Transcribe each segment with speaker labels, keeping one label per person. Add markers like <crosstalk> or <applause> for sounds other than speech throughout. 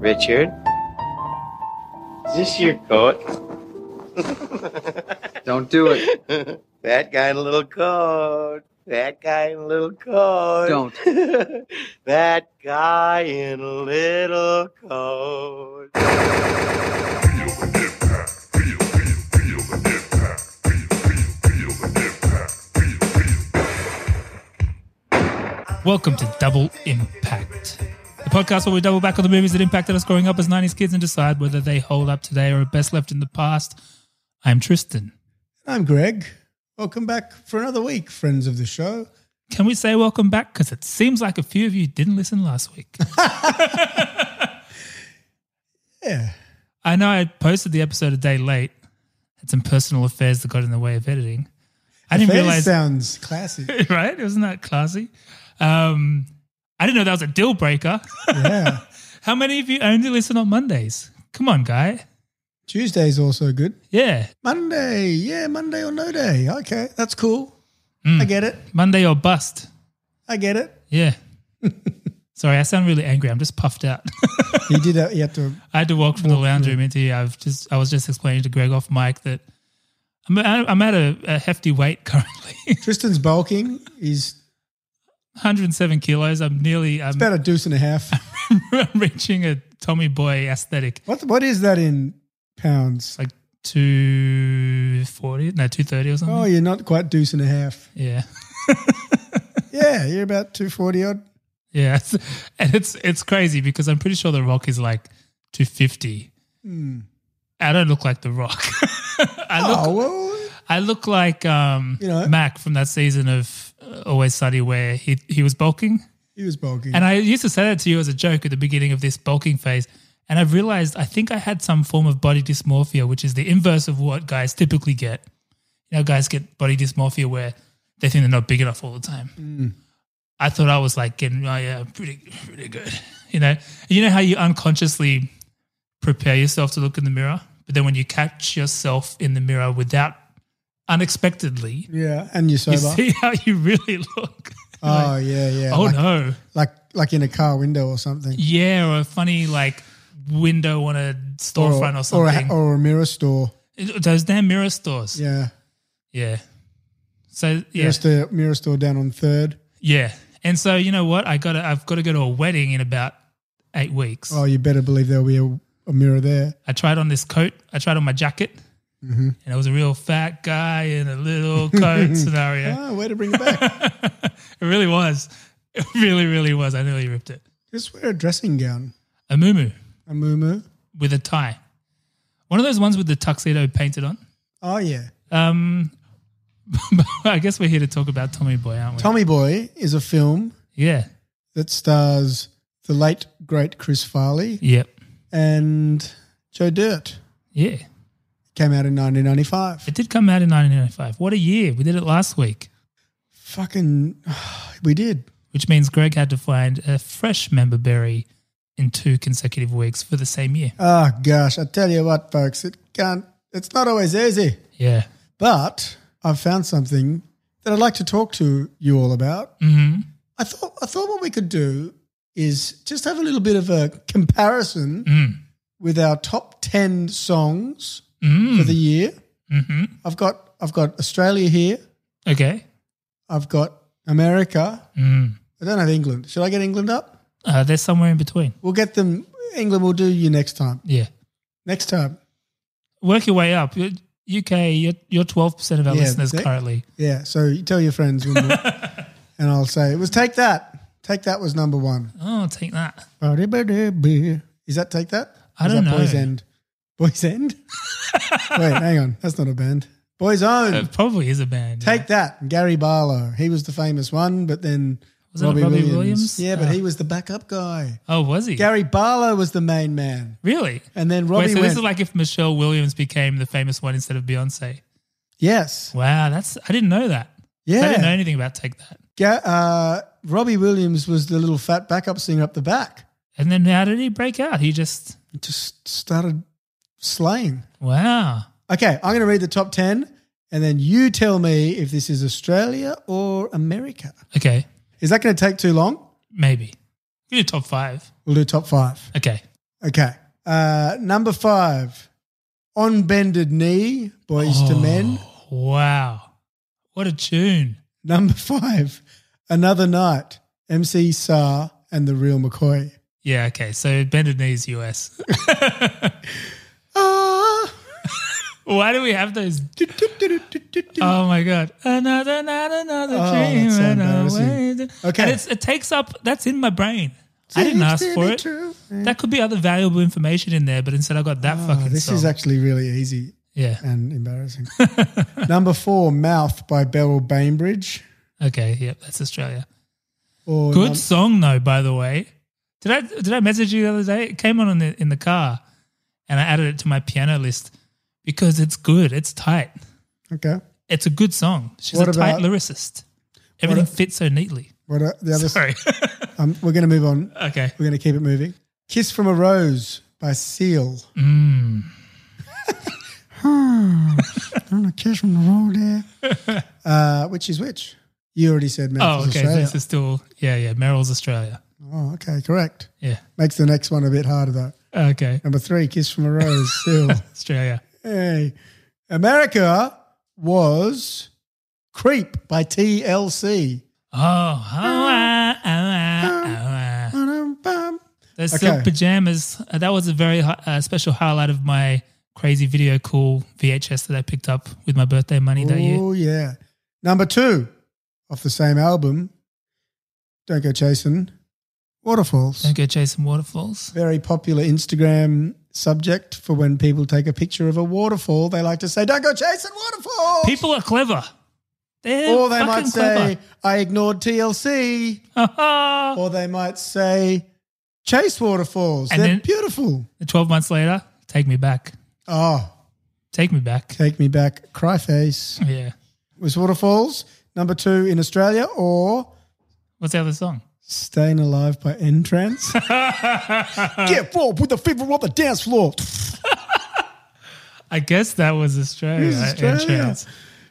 Speaker 1: Richard? Is this your coat?
Speaker 2: Don't do it.
Speaker 1: <laughs>
Speaker 3: <laughs>
Speaker 1: That guy in a little coat. That guy in a little coat.
Speaker 2: Don't.
Speaker 1: <laughs> that guy in a little coat.
Speaker 4: Welcome to Double Impact, the podcast where we double back on the movies that impacted us growing up as 90s kids and decide whether they hold up today or are best left in the past. I'm Tristan.
Speaker 5: I'm Greg. Welcome back for another week, friends of the show.
Speaker 4: Can we say welcome back? Because it seems like a few of you didn't listen last week. <laughs>
Speaker 5: Yeah.
Speaker 4: I know I posted the episode a day late. Had some personal affairs that got in the way of editing. I didn't
Speaker 5: Fair
Speaker 4: realize
Speaker 5: sounds classy.
Speaker 4: <laughs> right? Wasn't that classy? Um, I didn't know that was a deal breaker. <laughs>
Speaker 5: Yeah.
Speaker 4: How many of you only listen on Mondays? Come on, guy.
Speaker 5: Tuesday's also good.
Speaker 4: Yeah,
Speaker 5: Monday. Yeah, Monday or no day. Okay. That's cool.
Speaker 4: Hmm.
Speaker 5: I get it.
Speaker 4: Monday or bust.
Speaker 5: I get it.
Speaker 4: Yeah. Sorry, I sound really angry. I'm just puffed out. <laughs>
Speaker 5: You did that. You have to.
Speaker 4: I had to walk from the lounge room into here. I've just I was just explaining to Greg off mic that I'm I'm at a, a hefty weight <laughs> currently,
Speaker 5: Tristan's bulking. He's
Speaker 4: 107 kilos. I'm nearly I'm,
Speaker 5: about a deuce and a half.
Speaker 4: <laughs> I'm reaching a Tommy Boy aesthetic.
Speaker 5: What, what is that in pounds?
Speaker 4: It's like 240, no 230 or something.
Speaker 5: Oh, you're not quite deuce and a half.
Speaker 4: yeah.
Speaker 5: Yeah. You're about 240 odd.
Speaker 4: Yeah, <laughs> it's, and it's it's crazy because I'm pretty sure The Rock is like 250. I don't look like The Rock. <laughs> I look
Speaker 5: Hmm. Oh, well.
Speaker 4: I look like um,
Speaker 5: You know.
Speaker 4: Mac from that season of uh, Always Sunny where he he was bulking,
Speaker 5: He was bulking.
Speaker 4: and I used to say that to you as a joke at the beginning of this bulking phase. And I've realized I think I had some form of body dysmorphia, which is the inverse of what guys typically get. You know, guys get body dysmorphia where they think they're not big enough all the time.
Speaker 5: Mm.
Speaker 4: I thought I was like getting, oh yeah, pretty, pretty good. <laughs> You know, you know how you unconsciously prepare yourself to look in the mirror, but then when you catch yourself in the mirror without unexpectedly,
Speaker 5: yeah. And you're sober.
Speaker 4: you see <laughs> how you really look.
Speaker 5: oh, yeah. Yeah.
Speaker 4: oh
Speaker 5: like,
Speaker 4: no,
Speaker 5: like, like in a car window or something.
Speaker 4: yeah, or a funny like window on a storefront or, something.
Speaker 5: Or a, or a mirror store.
Speaker 4: Those damn mirror stores. Yeah.
Speaker 5: Yeah.
Speaker 4: So yeah,
Speaker 5: Mirror, store, mirror store down on third.
Speaker 4: yeah. And so you know what? I got to I've got to go to a wedding in about eight weeks.
Speaker 5: Oh, you better believe there'll be a, a mirror there.
Speaker 4: I tried on this coat. I tried on my jacket,
Speaker 5: Mm-hmm.
Speaker 4: and it was a real fat guy in a
Speaker 5: <laughs>
Speaker 4: little coat scenario.
Speaker 5: Oh, way to bring it back. <laughs>
Speaker 4: <laughs> it really was. It really, really was. I nearly ripped it.
Speaker 5: Just wear a dressing gown,
Speaker 4: A muumuu
Speaker 5: a muumuu.
Speaker 4: with a tie. One of those ones with the tuxedo painted on.
Speaker 5: Oh, yeah.
Speaker 4: Um, <laughs> I guess we're here to talk about Tommy Boy, aren't we?
Speaker 5: Tommy Boy is a film
Speaker 4: yeah.
Speaker 5: that stars the late, great Chris Farley
Speaker 4: Yep.
Speaker 5: and Joe Dirt.
Speaker 4: Yeah.
Speaker 5: Came out in 1995.
Speaker 4: It did come out in 1995. What a year. We did it last week,
Speaker 5: Fucking, <sighs> we did.
Speaker 4: which means Greg had to find a fresh member berry in two consecutive weeks for the same year.
Speaker 5: Oh, gosh. I tell you what, folks, it can't, it's not always easy.
Speaker 4: Yeah.
Speaker 5: But I've found something that I'd like to talk to you all about. Mm-hmm. I thought I thought what we could do is just have a little bit of a comparison
Speaker 4: Mm-hmm.
Speaker 5: with our top ten songs for the year. Mm-hmm. I've got I've got Australia here.
Speaker 4: Okay. Mm-hmm.
Speaker 5: I've got America. I don't have England. Should I get England up?
Speaker 4: Uh, they're somewhere in between.
Speaker 5: We'll get them. England, we'll do you next time.
Speaker 4: Yeah.
Speaker 5: Next time.
Speaker 4: Work your way up. You- UK, you're, you're 12% of our
Speaker 5: Yeah,
Speaker 4: listeners
Speaker 5: they-
Speaker 4: currently.
Speaker 5: Yeah. So you tell your friends, when we- and I'll say it was take that. Take that was number one.
Speaker 4: Oh, take that.
Speaker 5: Is that take that?
Speaker 4: I
Speaker 5: Is
Speaker 4: don't
Speaker 5: that
Speaker 4: know.
Speaker 5: Boys End.
Speaker 4: <laughs>
Speaker 5: Boys End. Wait, hang on. That's not a band. Boys Own.
Speaker 4: It probably is a band.
Speaker 5: Take that. Gary Barlow. He was the famous one, but then
Speaker 4: Wasn't it Robbie Williams?
Speaker 5: Yeah, but
Speaker 4: Oh.
Speaker 5: he was the backup guy.
Speaker 4: Oh, was he?
Speaker 5: Gary Barlow was the main man,
Speaker 4: Really?
Speaker 5: and then Robbie
Speaker 4: Wait, so
Speaker 5: went.
Speaker 4: this is like if Michelle Williams became the famous one instead of Beyonce.
Speaker 5: yes,
Speaker 4: Wow, that's I didn't know that. I didn't know
Speaker 5: yeah.
Speaker 4: anything about Take That.
Speaker 5: Ga- uh, Robbie Williams was the little fat backup singer up the back.
Speaker 4: And then how did he break out? He just
Speaker 5: Just started slaying.
Speaker 4: wow.
Speaker 5: Okay, I'm going to read the top 10 and then you tell me if this is Australia or America.
Speaker 4: Okay,
Speaker 5: Is that going to take too long?
Speaker 4: maybe. You did top five.
Speaker 5: We'll do top 5.
Speaker 4: Okay.
Speaker 5: Okay. Uh, number five, On Bended Knee by Easter
Speaker 4: Oh.
Speaker 5: Men.
Speaker 4: Wow. What a tune.
Speaker 5: Number five, Another Night, MC Saar and The Real McCoy.
Speaker 4: Yeah, okay. So bended knees US.
Speaker 5: Ah.
Speaker 4: <laughs> Why do we have those? Oh my god. Another night, another
Speaker 5: Oh,
Speaker 4: dream.
Speaker 5: that's so
Speaker 4: and I
Speaker 5: embarrassing.
Speaker 4: wait.
Speaker 5: Okay.
Speaker 4: And it's, it takes up that's in my brain. I didn't ask
Speaker 5: Seems to
Speaker 4: for
Speaker 5: be
Speaker 4: it.
Speaker 5: true.
Speaker 4: That could be other valuable information in there, but instead I got that
Speaker 5: Ah,
Speaker 4: fucking
Speaker 5: this
Speaker 4: song.
Speaker 5: is actually really easy
Speaker 4: yeah. <laughs>
Speaker 5: and embarrassing. Number four, Mouth by Beryl Bainbridge.
Speaker 4: Okay, yep, that's Australia.
Speaker 5: Or
Speaker 4: Good
Speaker 5: num-
Speaker 4: song though, by the way. Did I did I message you the other day? It came on in the, in the car, and I added it to my piano list because it's good. It's tight.
Speaker 5: okay.
Speaker 4: It's a good song. She's
Speaker 5: What
Speaker 4: a tight
Speaker 5: about-
Speaker 4: lyricist. Everything fits so
Speaker 5: <laughs>
Speaker 4: neatly.
Speaker 5: What are uh, the other?
Speaker 4: Sorry. <laughs>
Speaker 5: Um, we're going to move on.
Speaker 4: okay.
Speaker 5: We're going to keep it moving. Kiss from a Rose by Seal.
Speaker 4: mm. Hmm.
Speaker 5: I want a kiss from the rose there.
Speaker 4: <laughs>
Speaker 5: uh, which is which? You already said
Speaker 4: Oh,
Speaker 5: Memphis,
Speaker 4: okay.
Speaker 5: Australia.
Speaker 4: This is still yeah, yeah. Meryl's Australia.
Speaker 5: oh, okay, correct.
Speaker 4: Yeah.
Speaker 5: Makes the next one a bit harder though.
Speaker 4: Okay.
Speaker 5: Number three, Kiss from
Speaker 4: <laughs>
Speaker 5: a Rose, Seal.
Speaker 4: Australia.
Speaker 5: Hey. America was Creep by TLC.
Speaker 4: Oh, oh, ah, oh, ah, oh, ah. those silk
Speaker 5: Okay.
Speaker 4: pajamas. Uh, that was a very hi- uh, special highlight of my crazy video cool VHS that I picked up with my birthday money that year.
Speaker 5: Oh, yeah. Number two, off the same album, Don't Go Chasing, Waterfalls.
Speaker 4: Don't go chasing waterfalls.
Speaker 5: Very popular Instagram subject for when people take a picture of a waterfall. They like to say, Don't go chasing waterfalls.
Speaker 4: People are clever. They're
Speaker 5: or they
Speaker 4: fucking
Speaker 5: might say, I ignored TLC.
Speaker 4: clever.
Speaker 5: Or they might say, Chase waterfalls.
Speaker 4: And
Speaker 5: They're
Speaker 4: then-
Speaker 5: beautiful.
Speaker 4: <laughs> Twelve months later, take me back.
Speaker 5: Oh,
Speaker 4: Take me back.
Speaker 5: take me back. Cry face.
Speaker 4: Yeah.
Speaker 5: Was waterfalls number two in Australia or
Speaker 4: What's the other song?
Speaker 5: Staying Alive
Speaker 4: <laughs>
Speaker 5: by Entrance? Get forward with the fever on the dance floor.
Speaker 4: I guess that was Australia. uh,
Speaker 5: It was Australia.
Speaker 4: entrance.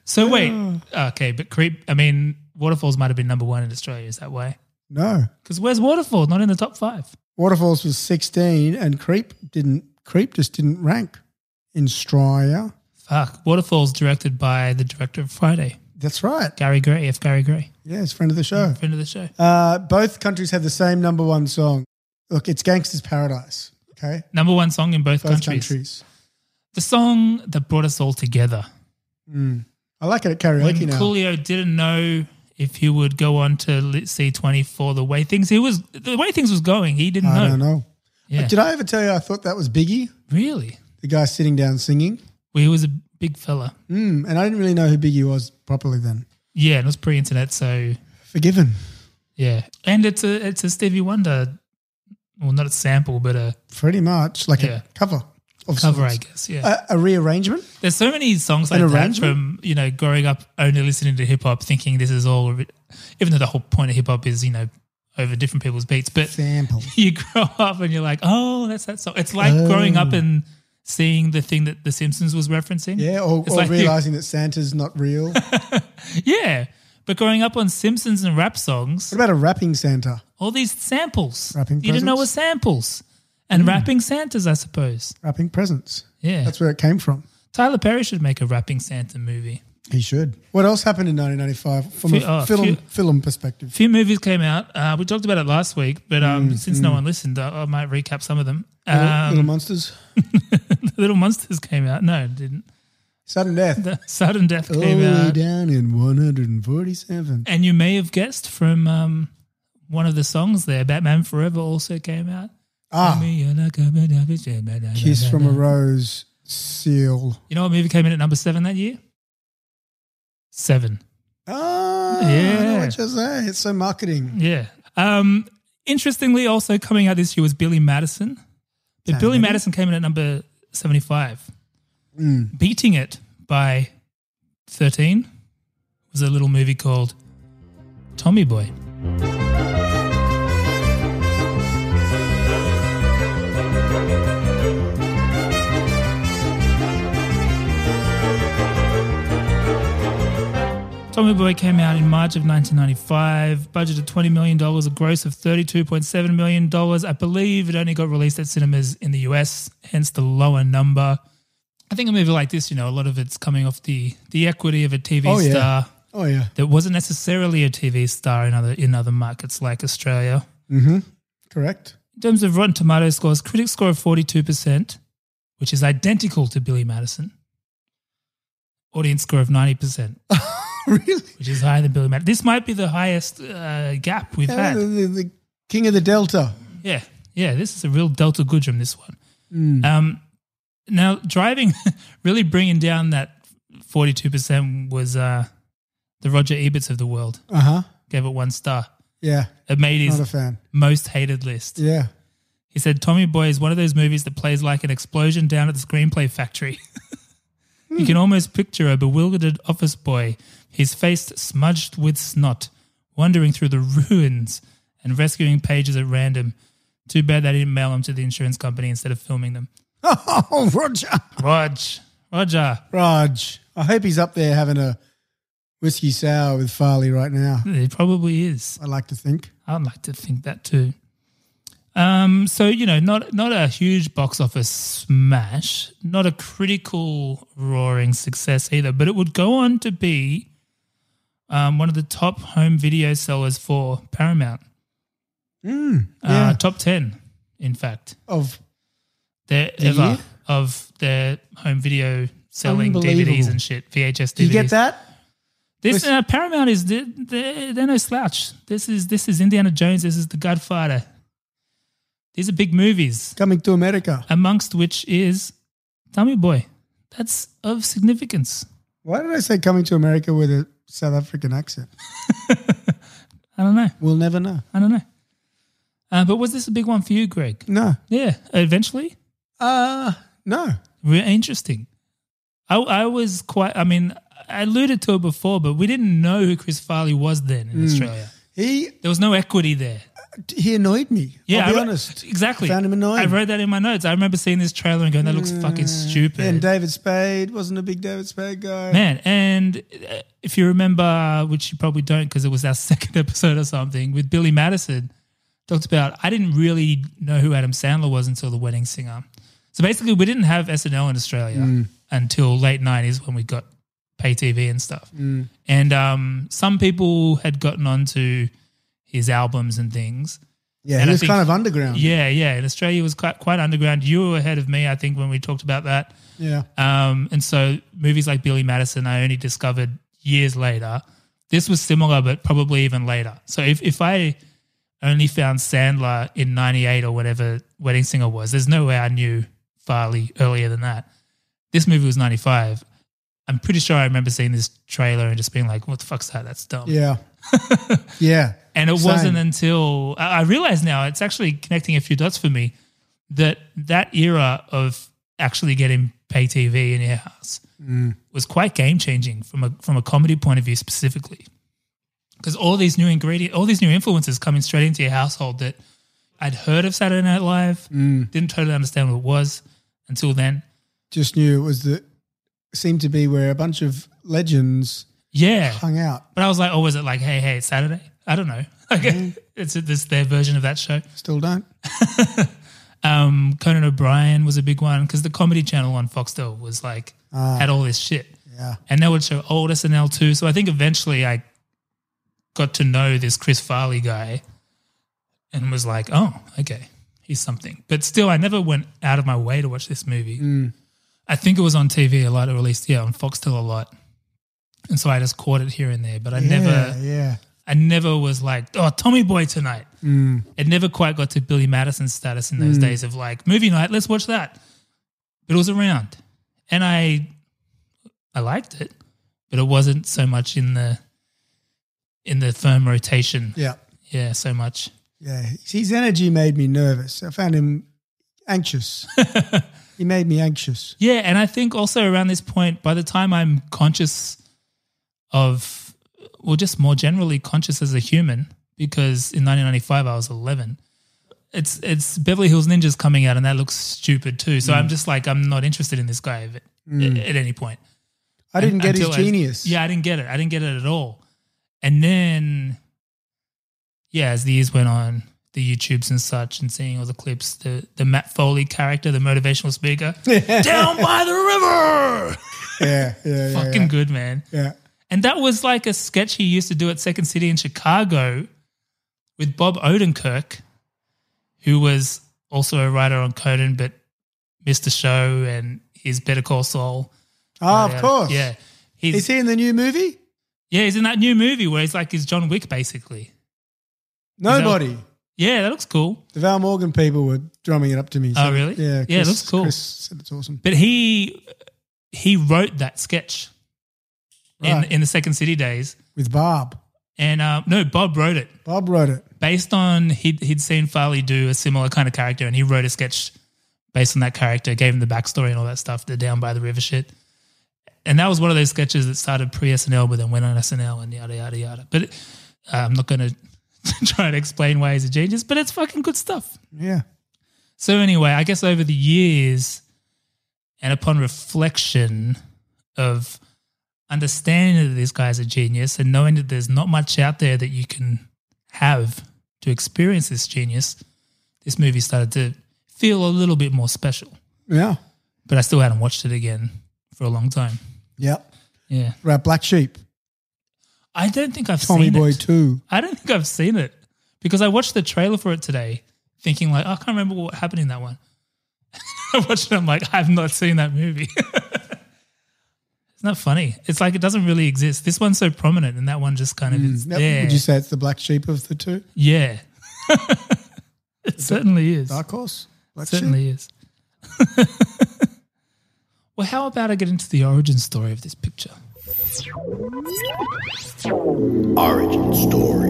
Speaker 4: So wait, okay, but creep. I mean, waterfalls might have been number one in Australia. Is that way?
Speaker 5: No.
Speaker 4: Because where's waterfall? Not in the top five.
Speaker 5: Waterfalls was 16 and Creep didn't Creep just didn't rank in Australia.
Speaker 4: Fuck. Ah, Waterfalls directed by the director of Friday,
Speaker 5: That's right.
Speaker 4: Gary Gray. F. Gary Gray,
Speaker 5: Yeah, it's friend of the show.
Speaker 4: friend of the show.
Speaker 5: Uh, both countries have the same number one song. Look, it's Gangster's Paradise. Okay.
Speaker 4: Number one song in both,
Speaker 5: Both
Speaker 4: countries.
Speaker 5: countries.
Speaker 4: The song that brought us all together.
Speaker 5: I like it at karaoke
Speaker 4: When
Speaker 5: now.
Speaker 4: Coolio didn't know if he would go on to li- see twenty four, the way things he was, the way things was going, he didn't
Speaker 5: I
Speaker 4: know.
Speaker 5: don't know.
Speaker 4: Yeah.
Speaker 5: Did I ever tell you I thought that was Biggie,
Speaker 4: Really?
Speaker 5: the guy sitting down singing?
Speaker 4: Well, he was a big fella.
Speaker 5: Mm, and I didn't really know who Biggie was properly then.
Speaker 4: Yeah, and it was pre-internet, so
Speaker 5: Forgiven.
Speaker 4: yeah. And it's a it's a Stevie Wonder, well, not a sample, but a
Speaker 5: Pretty much like
Speaker 4: Yeah.
Speaker 5: a cover of
Speaker 4: cover, I
Speaker 5: sorts.
Speaker 4: guess. Yeah.
Speaker 5: A, a rearrangement.
Speaker 4: There's so many songs
Speaker 5: An
Speaker 4: like that
Speaker 5: arrangement?
Speaker 4: from you know growing up only listening to hip hop, thinking this is all, of it- even though the whole point of hip hop is you know over different people's beats, but <laughs>
Speaker 5: Sample.
Speaker 4: you grow up and you're like, oh, that's that song. It's like growing
Speaker 5: Oh.
Speaker 4: up and seeing the thing that The Simpsons was referencing.
Speaker 5: Yeah, or,
Speaker 4: It's
Speaker 5: or
Speaker 4: like you-
Speaker 5: realizing that Santa's not
Speaker 4: <laughs>
Speaker 5: real. what
Speaker 4: yeah. But growing up on Simpsons and rap songs,
Speaker 5: about a rapping Santa?
Speaker 4: all these samples.
Speaker 5: Wrapping
Speaker 4: you didn't know were
Speaker 5: presents?
Speaker 4: samples. And rapping Santas, I suppose.
Speaker 5: Wrapping presents.
Speaker 4: Yeah.
Speaker 5: That's where it came from.
Speaker 4: Tyler Perry should make a rapping Santa movie.
Speaker 5: He should. What else happened in 1995 from
Speaker 4: Fe-
Speaker 5: a
Speaker 4: oh,
Speaker 5: film,
Speaker 4: few-
Speaker 5: film perspective?
Speaker 4: A few movies came out. Uh, we talked about it last week, but um, since no one listened, I, I might recap some of them.
Speaker 5: Mm, Little,
Speaker 4: Um,
Speaker 5: Little Monsters.
Speaker 4: <laughs> Little Monsters came out. No, it didn't.
Speaker 5: Sudden Death.
Speaker 4: The Sudden Death
Speaker 5: All the
Speaker 4: came
Speaker 5: way
Speaker 4: out.
Speaker 5: down in 147.
Speaker 4: And you may have guessed from um, one of the songs there, Batman Forever also came out.
Speaker 5: Ah, Kiss
Speaker 4: Kiss
Speaker 5: from a Rose. Seal.
Speaker 4: You know what movie came in at number seven that year? Seven.
Speaker 5: Oh, I know
Speaker 4: Yeah.
Speaker 5: what you're saying. It's so marketing.
Speaker 4: Yeah. Um, interestingly, also coming out this year was Billy Madison. But
Speaker 5: Damn
Speaker 4: Billy
Speaker 5: it.
Speaker 4: Madison came in at number 75, beating it by 13 was a little movie called Tommy Boy. Tommy Boy came out in March of 1995, budgeted $20 million, a gross of $32.7 million. I believe it only got released at cinemas in the US, hence the lower number. I think a movie like this, you know, a lot of it's coming off the, the equity of a TV
Speaker 5: Oh, yeah.
Speaker 4: star
Speaker 5: Oh yeah.
Speaker 4: that wasn't necessarily a TV star in other, in other markets like Australia.
Speaker 5: Mm-hmm. Correct. <laughs>
Speaker 4: In terms of Rotten Tomatoes scores, critics score of 42%, which is identical to Billy Madison. Audience score of 90%,
Speaker 5: <laughs> really?
Speaker 4: which is higher than Billy Madison. This might be the highest uh, gap we've
Speaker 5: Yeah,
Speaker 4: had.
Speaker 5: the, the, the king of the Delta.
Speaker 4: Yeah, yeah, this is a real Delta Goodrum, this one.
Speaker 5: Hmm.
Speaker 4: Um, now, driving, <laughs> really bringing down that 42% was uh, the Roger Eberts of the world.
Speaker 5: Uh huh.
Speaker 4: Gave it one star.
Speaker 5: Yeah.
Speaker 4: It made
Speaker 5: Not a
Speaker 4: his
Speaker 5: fan.
Speaker 4: most hated list.
Speaker 5: Yeah. <laughs>
Speaker 4: He said, Tommy Boy is one of those movies that plays like an explosion down at the screenplay factory. <laughs> you can almost picture a bewildered office boy, his face smudged with snot, wandering through the ruins and rescuing pages at random. Too bad they didn't mail them to the insurance company instead of filming them.
Speaker 5: Oh, Roger.
Speaker 4: Rog, Roger.
Speaker 5: Raj. I hope he's up there having a whiskey sour with Farley right now.
Speaker 4: It probably is.
Speaker 5: I like to think.
Speaker 4: I'd like to think that too. Um, so you know, not not a huge box office smash, not a critical roaring success either, but it would go on to be um, one of the top home video sellers for Paramount.
Speaker 5: Hmm. Yeah.
Speaker 4: Uh, top ten, in fact,
Speaker 5: Of
Speaker 4: there
Speaker 5: The
Speaker 4: ever
Speaker 5: year?
Speaker 4: of their home video selling DVDs
Speaker 5: Unbelievable.
Speaker 4: and shit, VHS DVDs.
Speaker 5: do you get that?
Speaker 4: This
Speaker 5: Listen-
Speaker 4: uh, Paramount is they're, they're they're no slouch. This is this is Indiana Jones. This is The Godfather. These are big movies,
Speaker 5: Coming to America.
Speaker 4: amongst which is Tommy Boy. That's of significance.
Speaker 5: Why did I say coming to America with a South African accent?
Speaker 4: I don't know.
Speaker 5: We'll never know.
Speaker 4: I don't know. Uh, but was this a big one for you, Greg?
Speaker 5: No.
Speaker 4: Yeah, eventually.
Speaker 5: Uh no.
Speaker 4: Re- interesting. I, I was quite. I mean, I alluded to it before, but we didn't know who Chris Farley was then in Australia.
Speaker 5: He
Speaker 4: There was no equity there.
Speaker 5: he annoyed me.
Speaker 4: Yeah,
Speaker 5: I'll be
Speaker 4: I wrote-
Speaker 5: honest.
Speaker 4: Exactly.
Speaker 5: Found him annoying.
Speaker 4: I wrote that in my notes. I remember seeing this trailer and going, "That looks fucking stupid."
Speaker 5: And David Spade wasn't a big David Spade guy.
Speaker 4: Man, and uh, if you remember, which you probably don't because it was our <laughs> second episode or something, with Billy Madison, talked about I didn't really know who Adam Sandler was until The Wedding Singer. So basically, we didn't have SNL in Australia
Speaker 5: Mm.
Speaker 4: until late 90s when we got pay TV and stuff.
Speaker 5: Mm.
Speaker 4: And um, some people had gotten onto his albums and things.
Speaker 5: Yeah,
Speaker 4: And
Speaker 5: he
Speaker 4: I
Speaker 5: was
Speaker 4: think-
Speaker 5: kind of underground.
Speaker 4: Yeah, yeah. And Australia was quite, quite underground. You were ahead of me, I think, when we talked about that.
Speaker 5: Yeah.
Speaker 4: Um, and so movies like Billy Madison, I only discovered years later. This was similar, but probably even later. So if, if I only found Sandler in 98 or whatever Wedding Singer was, there's no way I knew Farley earlier than that. This movie was 95. I'm pretty sure I remember seeing this trailer and just being like, what the fuck's that? That's dumb.
Speaker 5: Yeah.
Speaker 4: <laughs>
Speaker 5: yeah.
Speaker 4: And it
Speaker 5: Same.
Speaker 4: wasn't until I I realize now it's actually connecting a few dots for me that that era of actually getting pay TV in your house
Speaker 5: Mm-hmm.
Speaker 4: was quite game changing from a from a comedy point of view specifically, because all these new ingredient, all these new influences coming straight into your household that I'd heard of Saturday Night Live, didn't totally understand what it was until then.
Speaker 5: Just knew it was the seemed to be where a bunch of legends
Speaker 4: Yeah,
Speaker 5: hung out.
Speaker 4: but I was like, oh, was it like, hey, hey, it's Saturday? I don't know. <laughs> Like, it's this their version of that show.
Speaker 5: Still don't.
Speaker 4: um, Conan O'Brien was a big one because the comedy channel on Foxtel was like had all this shit,
Speaker 5: Ah, Yeah.
Speaker 4: and they would show old SNL too. So I think eventually I got to know this Chris Farley guy, and was like, oh, okay, he's something. But still, I never went out of my way to watch this movie. I think it was on TV a lot, or at least yeah, on Foxtel a lot, and so I just caught it here and there. But I never,
Speaker 5: Yeah. yeah.
Speaker 4: I never was like, oh, Tommy Boy tonight. It never quite got to Billy Madison's status in those days of like movie night. Let's watch that. But it was around, and I, I liked it, but it wasn't so much in the, in the firm rotation.
Speaker 5: Yeah.
Speaker 4: Yeah, so much.
Speaker 5: Yeah. His energy made me nervous. I found him anxious.
Speaker 4: <laughs>
Speaker 5: he made me anxious.
Speaker 4: Yeah, and I think also around this point, by the time I'm conscious of, well, just more generally conscious as a human, because in 1995 I was 11. It's it's Beverly Hills Ninjas coming out, and
Speaker 5: Mm.
Speaker 4: that looks stupid too. So I'm just like, I'm not interested in this guy at, at any point.
Speaker 5: I didn't get his
Speaker 4: Mm. until I-
Speaker 5: genius. <laughs>
Speaker 4: yeah, I didn't get it. I didn't get it at all. And then, yeah, as the years went on, the YouTubes and such, and seeing all the clips, the the Matt Foley character, the motivational
Speaker 5: <laughs>
Speaker 4: speaker, down by the river,
Speaker 5: yeah, yeah, yeah.
Speaker 4: fucking good man.
Speaker 5: yeah.
Speaker 4: And that was like a sketch he used to do at Second City in Chicago with Bob Odenkirk, who was also a writer on Conan, but missed the show and his Better Call Saul.
Speaker 5: Oh, of
Speaker 4: Yeah.
Speaker 5: course.
Speaker 4: Yeah. He's,
Speaker 5: Is he in the new movie?
Speaker 4: yeah, he's in that new movie where he's like he's John Wick basically.
Speaker 5: Nobody.
Speaker 4: Yeah, that looks cool.
Speaker 5: The Val Morgan people were drumming it up to me.
Speaker 4: Oh, really?
Speaker 5: Yeah.
Speaker 4: Yeah, it
Speaker 5: Chris-
Speaker 4: looks cool.
Speaker 5: Chris said it's awesome.
Speaker 4: But he he wrote that sketch
Speaker 5: Right.
Speaker 4: in in the Second City days,
Speaker 5: With Bob.
Speaker 4: and uh, no, Bob wrote it.
Speaker 5: Bob wrote it.
Speaker 4: based on he'd, he'd seen Farley do a similar kind of character, and he wrote a sketch based on that character, gave him the backstory and all that stuff, the down by the river shit. And that was one of those sketches that started pre SNL, but then went on SNL and yada yada yada. But uh, I'm not going to <laughs> try to explain why he's a genius, but it's fucking good stuff.
Speaker 5: Yeah.
Speaker 4: So anyway, I guess over the years, and upon reflection of understanding that this guy's a genius and knowing that there's not much out there that you can have to experience this genius, this movie started to feel a little bit more special.
Speaker 5: Yeah.
Speaker 4: But I still hadn't watched it again for a long time.
Speaker 5: Yeah.
Speaker 4: Yeah,
Speaker 5: Right. Black Sheep.
Speaker 4: I don't think I've
Speaker 5: Tommy
Speaker 4: seen
Speaker 5: Boy
Speaker 4: it.
Speaker 5: 2.
Speaker 4: I don't think I've seen it because I watched the trailer for it today, thinking like "Oh, I can't remember what happened in that one. <laughs> I watched it. I'm like I've not seen that movie. <laughs> It's not funny? It's like it doesn't really exist. This one's so prominent, and Mm, that one just kind of is
Speaker 5: Now,
Speaker 4: there.
Speaker 5: Would you say it's the Black Sheep of the two?
Speaker 4: yeah, <laughs> it certainly is.
Speaker 5: Dark Horse? Black Sheep?
Speaker 4: certainly is. <laughs> well, how about I get into the origin story of this picture?
Speaker 2: Origin story.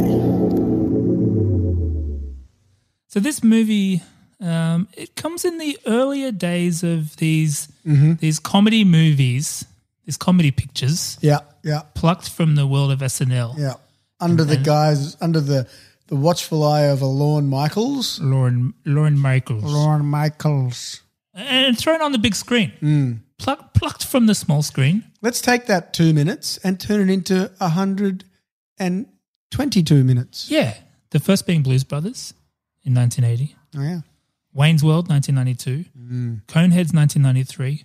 Speaker 4: So this movie, um, it comes in the earlier days of these these comedy movies, these comedy pictures
Speaker 5: Yeah. Yeah.
Speaker 4: plucked from the world of SNL.
Speaker 5: Yeah. Under the guise, under the, the watchful eye of a Lorne Michaels.
Speaker 4: Lauren Lauren Michaels,
Speaker 5: Lorne Michaels.
Speaker 4: and thrown on the big screen, plucked plucked from the small screen.
Speaker 5: Let's take that two minutes and turn it into 122 minutes.
Speaker 4: Yeah, the first being Blues Brothers in 1980,
Speaker 5: Oh, yeah.
Speaker 4: Wayne's World 1992, Coneheads 1993,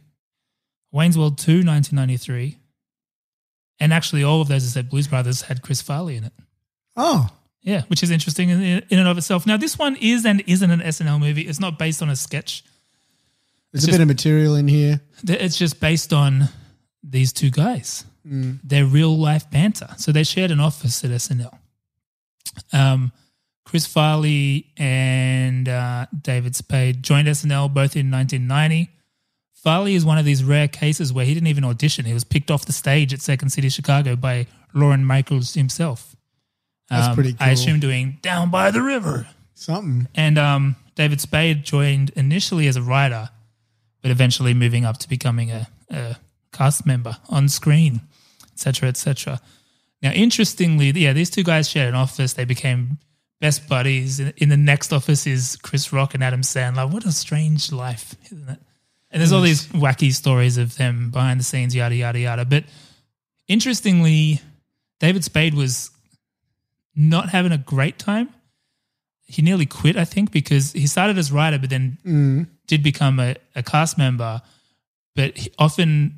Speaker 4: Wayne's World 2 1993, and actually all of those except Blues Brothers had Chris Farley in it.
Speaker 5: Oh,
Speaker 4: Yeah, which is interesting in, in and of itself. Now, this one is and isn't an SNL movie. It's not based on a sketch.
Speaker 5: there's
Speaker 4: It's
Speaker 5: a bit of material in here.
Speaker 4: Th- It's just based on these two guys,
Speaker 5: Mm.
Speaker 4: their real life banter. So they shared an office at SNL. Um, Chris Farley and uh, David Spade joined SNL both in 1990. Farley is one of these rare cases where he didn't even audition. He was picked off the stage at Second City Chicago by Lauren Michaels himself.
Speaker 5: That's
Speaker 4: Um,
Speaker 5: pretty
Speaker 4: I
Speaker 5: cool.
Speaker 4: assume doing Down by the River.
Speaker 5: Something.
Speaker 4: And um, David Spade joined initially as a writer, but eventually moving up to becoming a, a cast member on screen, etc., etc. Now, interestingly, yeah, these two guys shared an office. They became best buddies. In, in the next office is Chris Rock and Adam Sandler. What a strange life, isn't it? And there's all these wacky stories of them behind the scenes, yada yada yada. But interestingly, David Spade was not having a great time he nearly quit, I think, because he started as writer, but then
Speaker 5: Mm.
Speaker 4: did become a, a cast member. But he- often,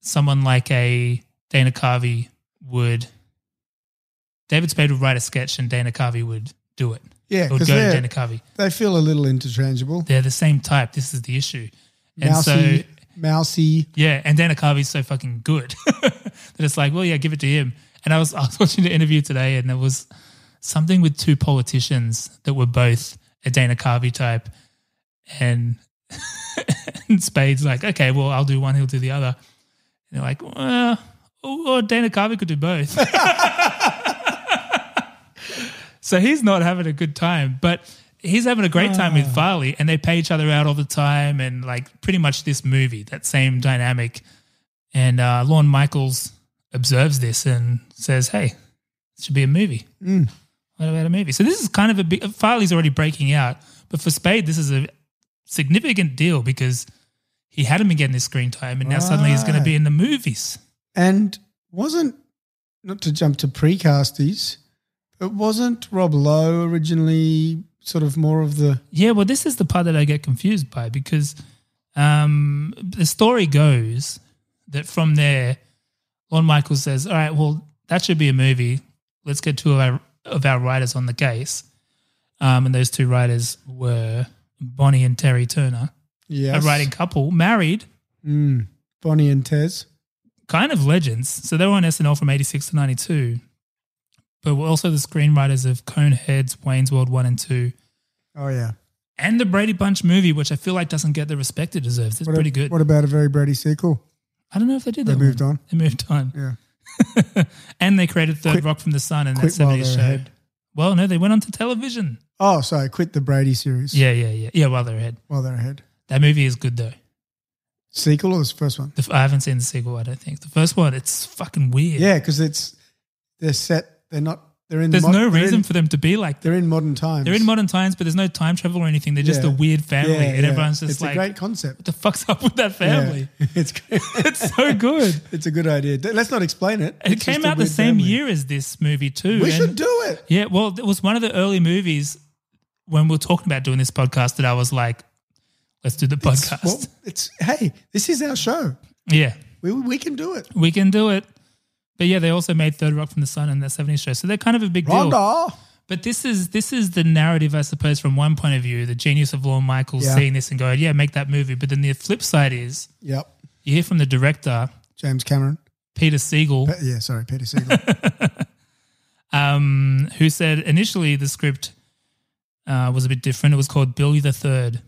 Speaker 4: someone like a Dana Carvey would, David Spade would write a sketch, and Dana Carvey would do it.
Speaker 5: Yeah,
Speaker 4: it would
Speaker 5: 'cause
Speaker 4: go to
Speaker 5: they're-
Speaker 4: Dana Carvey.
Speaker 5: They feel a little interchangeable.
Speaker 4: They're the same type. This is the issue, and
Speaker 5: Mousy,
Speaker 4: so
Speaker 5: mousy.
Speaker 4: yeah, and Dana Carvey's so fucking good <laughs> that it's like, well, yeah, give it to him. And I was <laughs> I was watching the interview today, and there was something with two politicians that were both a Dana Carvey type, and, <laughs> and Spade's like, okay, well, I'll do one, he'll do the other. And they're like, well, or Dana Carvey could do both. <laughs> so he's not having a good time, but he's having a great time with Farley, and they pay each other out all the time, and like pretty much this movie, that same dynamic. And uh, Lorne Michaels observes this and says, "Hey, it should be a movie. What about a movie?" So this is kind of a big. Farley's already breaking out, but for Spade, this is a significant deal because he hadn't been getting his screen time, and now suddenly he's going to
Speaker 5: Right.
Speaker 4: be in the movies.
Speaker 5: And wasn't, not to jump to precasties, but wasn't Rob Lowe originally sort of more of the.
Speaker 4: Yeah, well, this is the part that I get confused by because um, the story goes that from there, Lon Michael says, "All right, well, that should be a movie. Let's get two of our of our writers on the case." Um, and those two writers were Bonnie and Terry Turner,
Speaker 5: Yes.
Speaker 4: a writing couple, married,
Speaker 5: Mm. Bonnie and Tez.
Speaker 4: kind of legends. So they were on SNL from '86 to '92, but were also the screenwriters of Coneheads, Wayne's World One and Two,
Speaker 5: Oh, yeah.
Speaker 4: and the Brady Bunch movie, which I feel like doesn't get the respect it deserves. It's
Speaker 5: What a-
Speaker 4: pretty good.
Speaker 5: What about a very Brady sequel?
Speaker 4: I don't know if they did.
Speaker 5: They
Speaker 4: that
Speaker 5: moved
Speaker 4: one.
Speaker 5: on.
Speaker 4: They moved on. <laughs>
Speaker 5: Yeah.
Speaker 4: and they created Third
Speaker 5: Quit-
Speaker 4: Rock from the Sun and that
Speaker 5: quit while
Speaker 4: 70s
Speaker 5: they're
Speaker 4: show.
Speaker 5: ahead.
Speaker 4: Well, no, they went on to television.
Speaker 5: Oh, sorry. Quit the Brady series.
Speaker 4: Yeah, yeah, yeah. Yeah, while they're ahead.
Speaker 5: While they're ahead.
Speaker 4: That movie is good, though.
Speaker 5: Sequel or this first one?
Speaker 4: The, f- I haven't seen the sequel, I don't think. The first one, it's fucking weird.
Speaker 5: Yeah, because it's they're set. They're not. They're in.
Speaker 4: There's
Speaker 5: mod-
Speaker 4: no
Speaker 5: they're
Speaker 4: reason
Speaker 5: in-
Speaker 4: for them to be like that.
Speaker 5: They're in modern times.
Speaker 4: They're in modern times, but there's no time travel or anything. They're just
Speaker 5: Yeah.
Speaker 4: a weird family.
Speaker 5: Yeah,
Speaker 4: and
Speaker 5: yeah.
Speaker 4: everyone's just
Speaker 5: it's
Speaker 4: like,
Speaker 5: a great
Speaker 4: what
Speaker 5: concept.
Speaker 4: the fuck's up with that family?
Speaker 5: Yeah. <laughs> it's great.
Speaker 4: It's so good.
Speaker 5: it's a good idea. D- Let's not explain it.
Speaker 4: It
Speaker 5: <laughs> It's
Speaker 4: came
Speaker 5: just a
Speaker 4: out the
Speaker 5: weird
Speaker 4: same
Speaker 5: family.
Speaker 4: year as this movie, too.
Speaker 5: We
Speaker 4: and-
Speaker 5: should do it.
Speaker 4: Yeah, well, it was one of the early movies when we were talking about doing this podcast that I was like, let's do the
Speaker 5: It's-
Speaker 4: podcast.
Speaker 5: well, it's hey, this is our show.
Speaker 4: yeah,
Speaker 5: We we can do it.
Speaker 4: we can do it. But yeah, they also made Third Rock from the Sun and that 70s show. So they're kind of a big deal.
Speaker 5: Rhonda.
Speaker 4: But this is this is the narrative, I suppose, from one point of view, the genius of Lorne Michaels
Speaker 5: Yeah.
Speaker 4: seeing this and going, yeah, make that movie. But then the flip side is
Speaker 5: Yep.
Speaker 4: you hear from the director,
Speaker 5: James Cameron.
Speaker 4: Peter Siegel,
Speaker 5: Pe- yeah, sorry, Peter
Speaker 4: <laughs>
Speaker 5: Siegel.
Speaker 4: um, who said initially the script uh, was a bit different. It was called Billy the Third,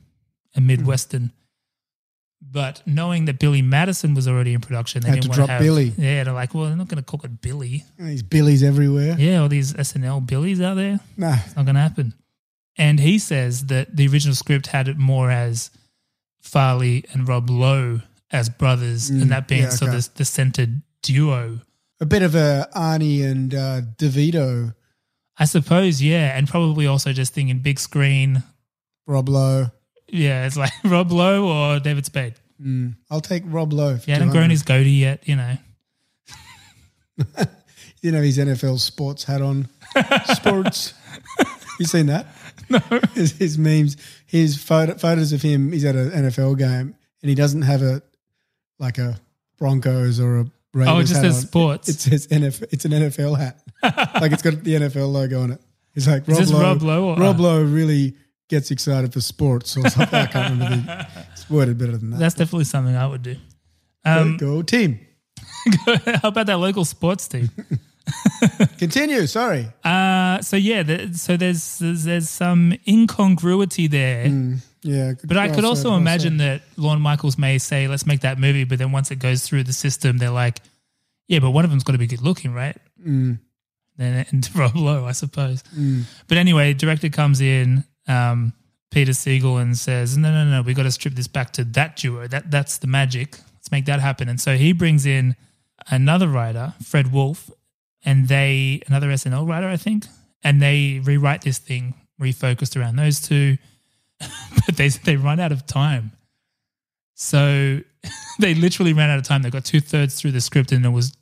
Speaker 4: a
Speaker 5: Hmm.
Speaker 4: Midwestern. But knowing that Billy Madison was already in production, they
Speaker 5: Had
Speaker 4: didn't
Speaker 5: to
Speaker 4: want
Speaker 5: drop
Speaker 4: to have,
Speaker 5: Billy.
Speaker 4: Yeah, they're like, well, they're not going to call it Billy.
Speaker 5: These billies everywhere.
Speaker 4: Yeah, all these SNL Billies out there,
Speaker 5: Nah.
Speaker 4: it's not going to happen. And he says that the original script had it more as Farley and Rob Lowe as brothers, and that being
Speaker 5: Hmm. yeah,
Speaker 4: so
Speaker 5: okay.
Speaker 4: the, the centered duo.
Speaker 5: A bit of a Arnie and uh, DeVito,
Speaker 4: I suppose, yeah, and probably also just thinking big screen,
Speaker 5: Rob Lowe.
Speaker 4: Yeah, it's like <laughs> Rob Lowe or David Spade.
Speaker 5: Mm. I'll take Rob Lowe. for
Speaker 4: He hadn't
Speaker 5: 200.
Speaker 4: grown his goatee yet, you know.
Speaker 5: You know his NFL sports hat
Speaker 4: <laughs>
Speaker 5: on. sports. you seen that? <laughs> No. His, his memes, his photo, photos of him. He's at an NFL game and he doesn't have a like a Broncos or a Raiders
Speaker 4: Oh, it just
Speaker 5: hat
Speaker 4: says
Speaker 5: on.
Speaker 4: sports.
Speaker 5: It says NFL. It's an NFL
Speaker 4: <laughs>
Speaker 5: hat. like it's got the NFL logo on it. He's like Rob
Speaker 4: this
Speaker 5: Lowe.
Speaker 4: Rob Lowe or- uh,
Speaker 5: Rob Lowe really gets excited for sports or something. I can't remember. The,
Speaker 4: <laughs>
Speaker 5: it's worded better than that.
Speaker 4: That's um, definitely something I would do.
Speaker 5: go team.
Speaker 4: <laughs> How about that local sports team?
Speaker 5: Continue. Sorry.
Speaker 4: Uh, so yeah, the, so there's, there's there's some incongruity there,
Speaker 5: Mm. yeah.
Speaker 4: but I could also imagine that Lorne Michaels may say, "Let's make that movie," but then once it goes through the system, they're like, "Yeah, but one of them's got to be good looking, right?"
Speaker 5: Mm.
Speaker 4: And, <laughs> and Rob Lowe, I suppose. But anyway, director comes in, um, Peter Siegel, and says, "No, no, no, we got to strip this back to that duo. That that's the magic. Let's make that happen." And so he brings in another writer, Fred Wolf, and they another SNL writer, I think, and they rewrite this thing refocused around those two, <laughs> but they they run out of time. So <laughs> they literally ran out of time. They got two thirds through the script, and it was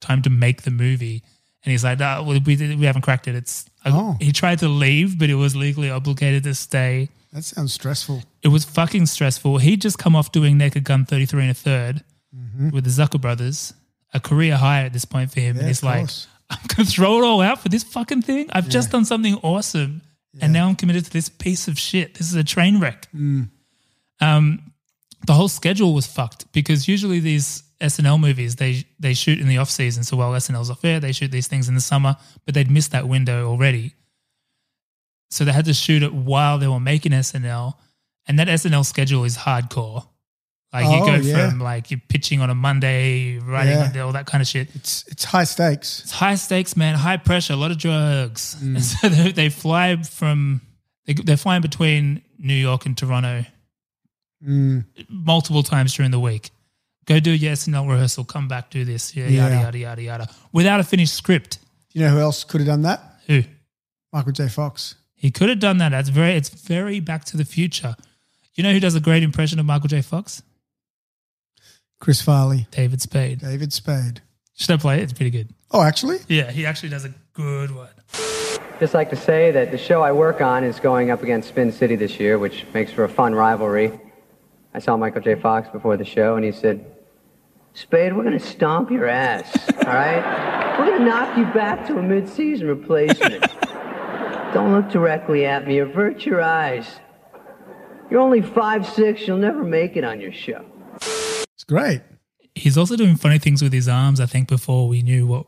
Speaker 4: time to make the movie. And he's like, "No, we, we we haven't cracked it." It's
Speaker 5: Oh.
Speaker 4: he tried to leave, but it was legally obligated to stay.
Speaker 5: That sounds stressful.
Speaker 4: It was fucking stressful. He'd just come off doing Naked Gun 33 and a 3rd with the Zucker brothers, a career high at this point for him.
Speaker 5: Mm-hmm. Yeah,
Speaker 4: and he's
Speaker 5: of
Speaker 4: like,
Speaker 5: course.
Speaker 4: <laughs> I'm going to throw it all out for this fucking thing. I've just done something awesome. And now I'm committed to this piece of shit. This is a train wreck.
Speaker 5: Mm.
Speaker 4: Um, the whole schedule was fucked because usually these SNL movies, they, they shoot in the off season. So while SNL's off air, they shoot these things in the summer, but they'd missed that window already. So they had to shoot it while they were making SNL. And that SNL schedule is hardcore. Like you
Speaker 5: Oh,
Speaker 4: go
Speaker 5: yeah.
Speaker 4: from like you're pitching on a Monday, writing
Speaker 5: Yeah.
Speaker 4: on the- all that kind of shit.
Speaker 5: It's it's high stakes.
Speaker 4: It's high stakes, man. High pressure, a lot of drugs. <laughs> And so they, they fly from they, they're flying between New York and Toronto
Speaker 5: Mm.
Speaker 4: multiple times during the week. Go do your SNL rehearsal. Come back, do this. Yeah, yada
Speaker 5: Yeah.
Speaker 4: yada yada yada. Without a finished script.
Speaker 5: You know who else could have done that?
Speaker 4: Who
Speaker 5: Michael J. Fox.
Speaker 4: he could have done that. That's very. It's very Back to the Future. You know who does a great impression of Michael J. Fox?
Speaker 5: Chris Farley.
Speaker 4: David Spade.
Speaker 5: David Spade.
Speaker 4: Should I play it? It's pretty good.
Speaker 5: Oh, actually?
Speaker 4: Yeah, he actually does a good one.
Speaker 3: Just like to say that the show I work on is going up against Spin City this year, which makes for a fun rivalry. I saw Michael J. Fox before the show, and he said, Spade, we're going to stomp your ass, all right? We're going to knock you back to a mid-season replacement. Don't look directly at me. Avert your eyes. You're only five six. You'll never make it on your show.
Speaker 5: It's great.
Speaker 4: He's also doing funny things with his arms, I think, before we knew what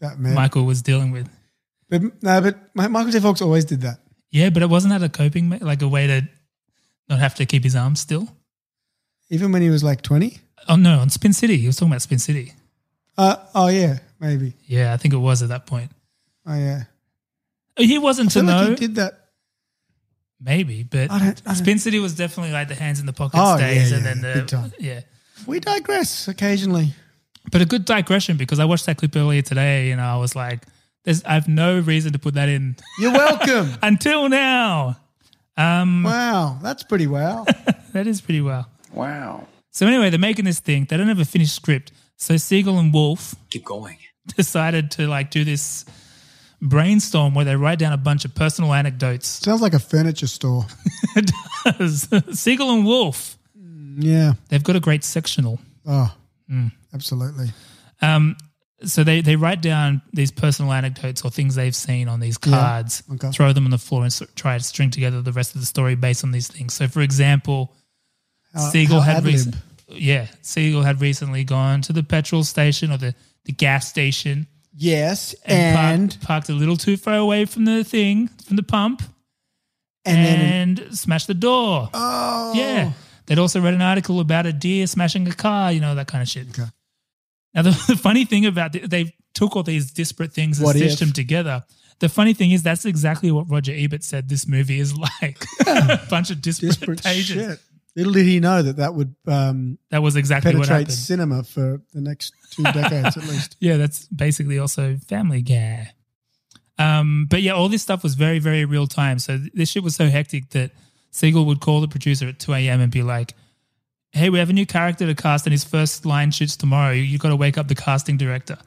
Speaker 5: That man.
Speaker 4: Michael was dealing with.
Speaker 5: But, no, but Mi- Michael J. Fox always did that.
Speaker 4: Yeah, but it wasn't that a coping, me- like a way to not have to keep his arms still?
Speaker 5: Even when he was like 20?
Speaker 4: Oh, no, on Spin City. He was talking about Spin City.
Speaker 5: Uh, oh, yeah, maybe.
Speaker 4: Yeah, I think it was at that point. Oh,
Speaker 5: Oh, yeah.
Speaker 4: He wasn't to
Speaker 5: feel like
Speaker 4: know.
Speaker 5: he did that.
Speaker 4: Maybe, but
Speaker 5: I don't- I don't-
Speaker 4: Spin City was definitely like the hands in the pockets
Speaker 5: Oh, yeah,
Speaker 4: days,
Speaker 5: yeah,
Speaker 4: and then
Speaker 5: yeah,
Speaker 4: the,
Speaker 5: big time.
Speaker 4: yeah.
Speaker 5: We digress occasionally.
Speaker 4: But a good digression because I watched that clip earlier today, and I was like, "There's, I have no reason to put that in <laughs>
Speaker 5: You're welcome.
Speaker 4: until now." Mm.
Speaker 5: wow, that's pretty wow.
Speaker 4: That is pretty well.
Speaker 2: Wow.
Speaker 4: So anyway, they're making this thing. They don't have a finished script, so Siegel and Wolf
Speaker 2: Keep going.
Speaker 4: decided to like do this brainstorm where they write down a bunch of personal anecdotes. <laughs>
Speaker 5: Sounds like a furniture store. <laughs>
Speaker 4: It does. Siegel and Wolf.
Speaker 5: Yeah.
Speaker 4: They've got a great sectional. Um,
Speaker 5: Oh,
Speaker 4: Mm.
Speaker 5: absolutely.
Speaker 4: so they, they write down these personal anecdotes or things they've seen on these cards,
Speaker 5: okay.
Speaker 4: throw them on the floor, and s try to string together the rest of the story based on these things. So, for example,
Speaker 5: How-
Speaker 4: Siegel
Speaker 5: how
Speaker 4: had
Speaker 5: ad-lib.
Speaker 4: recent, yeah, Siegel had recently gone to the petrol station or the, the gas station
Speaker 5: Yes,
Speaker 4: and, park-
Speaker 5: and
Speaker 4: parked, a little too far away from the thing from the pump
Speaker 5: and then
Speaker 4: and, smashed the door.
Speaker 5: oh
Speaker 4: Yeah. They'd also read an article about a deer smashing a car, you know, that kind of shit.
Speaker 5: Okay.
Speaker 4: Now, the, <laughs> the funny thing about the, they took all these disparate things and
Speaker 5: What
Speaker 4: stitched
Speaker 5: if?
Speaker 4: them together. The funny thing is, that's exactly what Roger Ebert said this movie is <laughs> like a bunch of disparate,
Speaker 5: disparate
Speaker 4: pages.
Speaker 5: shit. Little did he know that that would um,
Speaker 4: That was exactly what
Speaker 5: penetrate
Speaker 4: happened.
Speaker 5: cinema for the next
Speaker 4: <laughs>
Speaker 5: two decades at least.
Speaker 4: Yeah, that's basically also Family Guy. Um, but yeah, all this stuff was very, very real time. So th- this shit was so hectic that Siegel would call the producer at 2 a.m. and be like, hey, we have a new character to cast, and his first line shoots tomorrow. You- You've got to wake up the casting director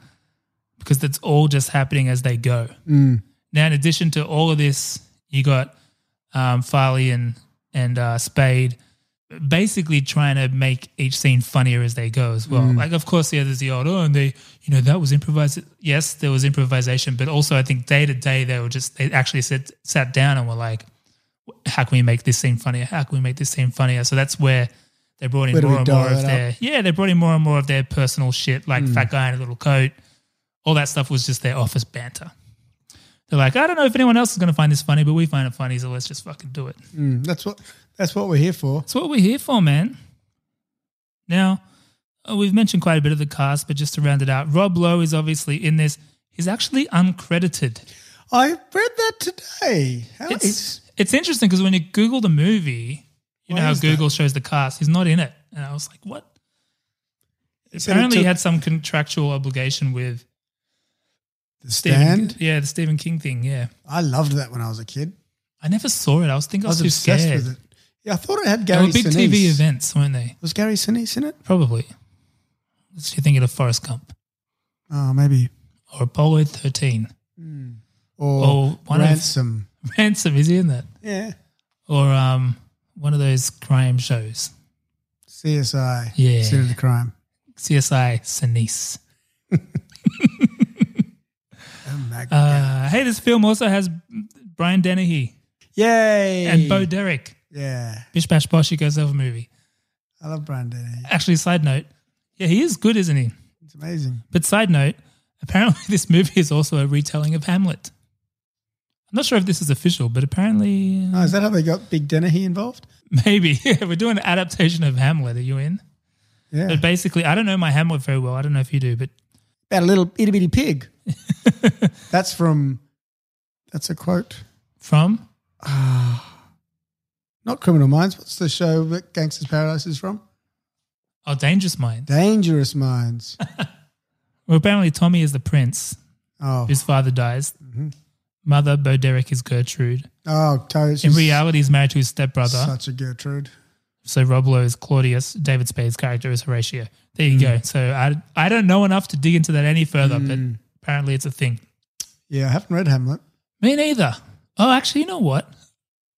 Speaker 4: because that's all just happening as they go. Now, in addition to all of this, you got um, Farley and, and uh, Spade basically trying to make each scene funnier as they go as well. Like, of course, yeah, there's the old, oh, and they, you know, that was improvised. Yes, there was improvisation, but also I think day to day they were just, they actually sat, sat down and were like, how can we make this scene funnier? How can we make this scene funnier? So that's where they brought in
Speaker 5: Where do we
Speaker 4: more and more
Speaker 5: dial
Speaker 4: of
Speaker 5: that Hmm.
Speaker 4: their, yeah, they brought in more and more of their personal shit, like fat guy in a little coat. All that stuff was just their office banter. They're like, I don't know if anyone else is going to find this funny, but we find it funny, so let's just fucking do it.
Speaker 5: Mm, that's what that's what we're here for.
Speaker 4: That's what we're here for, man. Now, uh, we've mentioned quite a bit of the cast, but just to round it out, Rob Lowe is obviously in this. He's actually uncredited.
Speaker 5: I read that today. How
Speaker 4: It's
Speaker 5: is-
Speaker 4: it's, interesting because when you Google the movie, you
Speaker 5: Why
Speaker 4: know how
Speaker 5: is that?
Speaker 4: Google shows the cast. He's not in it, and I was like, what?
Speaker 5: said it
Speaker 4: Apparently, he
Speaker 5: took
Speaker 4: had some contractual obligation with
Speaker 5: the
Speaker 4: Stephen-
Speaker 5: stand.
Speaker 4: Yeah, the Stephen King thing. Yeah,
Speaker 5: I loved that when I was a kid.
Speaker 4: I never saw it. I was thinking
Speaker 5: I
Speaker 4: I was,
Speaker 5: was
Speaker 4: too
Speaker 5: obsessed
Speaker 4: scared.
Speaker 5: with it. Yeah, I thought it had
Speaker 4: They
Speaker 5: Gary
Speaker 4: were big
Speaker 5: Sinise.
Speaker 4: TV events, weren't they?
Speaker 5: Was Gary Sinise in it?
Speaker 4: Probably. So you're thinking of Forrest Gump
Speaker 5: Oh, maybe.
Speaker 4: or Apollo 13.
Speaker 5: Or
Speaker 4: Oh, one of-
Speaker 5: Ransom.
Speaker 4: <laughs> Ransom is he in that,
Speaker 5: yeah.
Speaker 4: or um, one of those crime shows.
Speaker 5: CSI.
Speaker 4: Yeah.
Speaker 5: Scene of the crime.
Speaker 4: CSI Sinise.
Speaker 5: Oh, my God.
Speaker 4: Uh, hey, this film also has Brian Dennehy
Speaker 5: Yay.
Speaker 4: and Bo Derek.
Speaker 5: Yeah.
Speaker 4: Bish Bash Bosh, he goes over movie.
Speaker 5: I love Brian Dennehy.
Speaker 4: Actually, side note, yeah, he is good, isn't he?
Speaker 5: It's amazing.
Speaker 4: But side note, apparently <laughs> this movie is also a retelling of Hamlet. I'm not sure if this is official, but apparently, <laughs>
Speaker 5: Oh, is that how they got Big Dennehy involved?
Speaker 4: maybe <laughs> we're doing an adaptation of Hamlet. Are you in?
Speaker 5: Yeah.
Speaker 4: But basically, I don't know my Hamlet very well. I don't know if you do, but
Speaker 5: About a little itty
Speaker 4: <laughs>
Speaker 5: bitty pig. that's from, that's a quote.
Speaker 4: from
Speaker 5: Not Criminal Minds. What's the show that Gangster's Paradise is from?
Speaker 4: Oh Dangerous Mind. <laughs>
Speaker 5: Dangerous Minds.
Speaker 4: Well, apparently Tommy is the prince.
Speaker 5: Oh,
Speaker 4: His father dies. Mother, Bo Derek, is Gertrude.
Speaker 5: oh, Toes.
Speaker 4: In reality, he's married to his stepbrother.
Speaker 5: Such a Gertrude.
Speaker 4: So Roblo is Claudius, David Spade's character is Horatio. There you go. So I, I don't know enough to dig into that any further, but apparently it's a thing.
Speaker 5: Yeah, I haven't read Hamlet.
Speaker 4: Me neither. Oh, actually, you know what?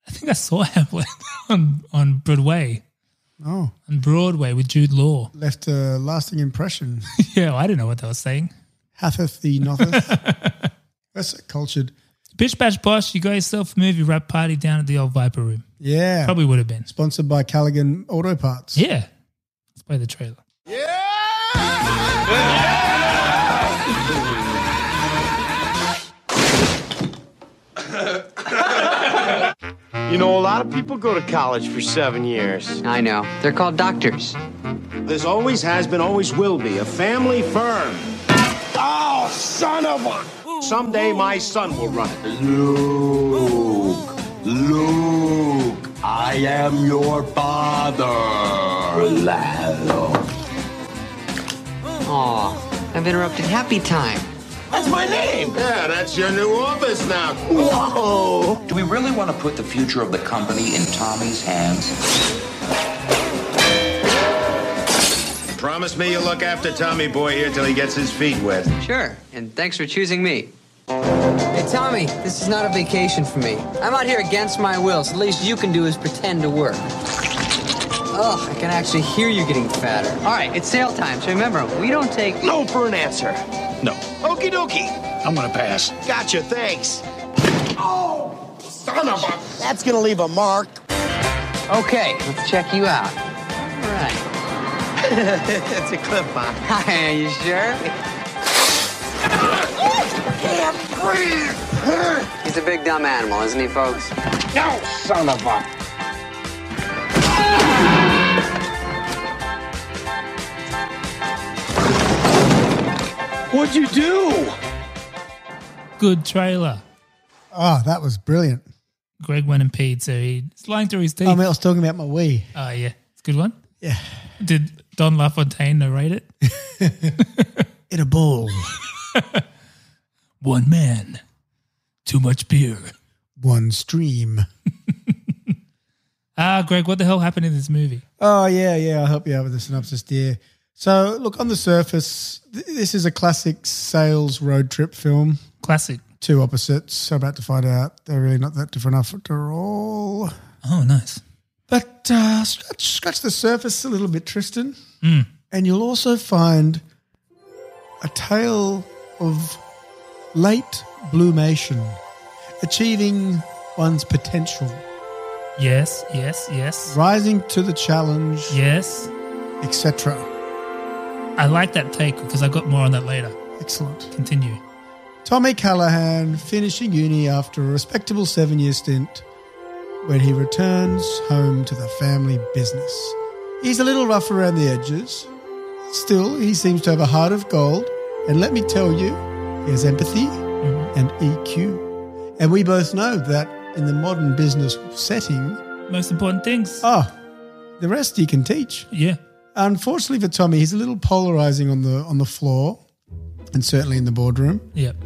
Speaker 4: I think I saw <laughs> Hamlet on, on Broadway,
Speaker 5: Oh,
Speaker 4: on Broadway with Jude Law.
Speaker 5: left a lasting impression. <laughs>
Speaker 4: yeah, well, I didn't know what they were saying.
Speaker 5: Hatheth the Notheth.
Speaker 4: <laughs>
Speaker 5: That's so cultured.
Speaker 4: Bish Bash Bosh, you got yourself a movie rap party down at the old Viper Room.
Speaker 5: Yeah.
Speaker 4: Probably would have been.
Speaker 5: Sponsored by Callaghan Auto Parts.
Speaker 4: Yeah. Let's play the trailer.
Speaker 6: You know, a lot of people go to college for seven years.
Speaker 3: I know. They're called doctors.
Speaker 6: There's always has been, always will be a family firm. Oh, son of a! Someday my son will run it.
Speaker 2: Luke, Luke, I am your father. Lalo.
Speaker 3: Aw, I've interrupted happy time.
Speaker 6: That's my name. Yeah, that's your new office now. Whoa!
Speaker 7: Do we really want to put the future of the company in Tommy's hands?
Speaker 6: Promise me you'll look after Tommy Boy here till he gets his feet wet.
Speaker 3: Sure, and thanks for choosing me. Hey, Tommy, this is not a vacation for me. I'm out here against my will, so the least you can do is pretend to work. Ugh, I can actually hear you getting fatter. All right, it's sale time, so remember, we don't take.
Speaker 6: No for an answer. No. Okie dokie. I'm gonna pass. Gotcha, thanks. Oh, son of a! That's gonna leave a mark.
Speaker 3: Okay, let's check you out. All
Speaker 6: <laughs>
Speaker 3: right.
Speaker 6: That's a clip, Bob.
Speaker 3: Hi, <laughs> are you sure?
Speaker 6: <laughs> Can't breathe!
Speaker 3: He's a big dumb animal, isn't he, folks?
Speaker 6: No, son of a. What'd you do?
Speaker 4: Good trailer.
Speaker 5: Ah, that was brilliant.
Speaker 4: Greg went and peed, so he's lying through his teeth.
Speaker 5: Oh,
Speaker 4: Oh,
Speaker 5: mate, I was talking about my wee.
Speaker 4: Ah, yeah. It's a good one.
Speaker 5: Yeah.
Speaker 4: Did Don LaFontaine narrate it?
Speaker 5: In a bowl.
Speaker 4: one man, too much beer.
Speaker 5: One stream.
Speaker 4: Ah, Greg, what the hell happened in this movie?
Speaker 5: Oh, yeah, yeah. I'll help you out with the synopsis, dear. So, look, on the surface, th- this is a classic sales road trip film.
Speaker 4: Classic.
Speaker 5: Two opposites. I'm about to find out they're really not that different after all.
Speaker 4: Oh, nice.
Speaker 5: But uh, scratch, scratch the surface a little bit, Tristan, and you'll also find a tale of late bloomation, achieving one's potential,
Speaker 4: Yes, yes, yes.
Speaker 5: rising to the challenge,
Speaker 4: Yes.
Speaker 5: etc.
Speaker 4: I like that take because I got more on that later.
Speaker 5: Excellent.
Speaker 4: Continue.
Speaker 5: Tommy Callahan finishing uni after a respectable seven year stint when he returns home to the family business. He's a little rough around the edges. Still, he seems to have a heart of gold. And let me tell you, he has empathy and EQ. And we both know that in the modern business setting,
Speaker 4: Most important things.
Speaker 5: ah, the rest he can teach.
Speaker 4: Yeah.
Speaker 5: Unfortunately for Tommy, he's a little polarizing on the on the floor and certainly in the boardroom.
Speaker 4: Yep.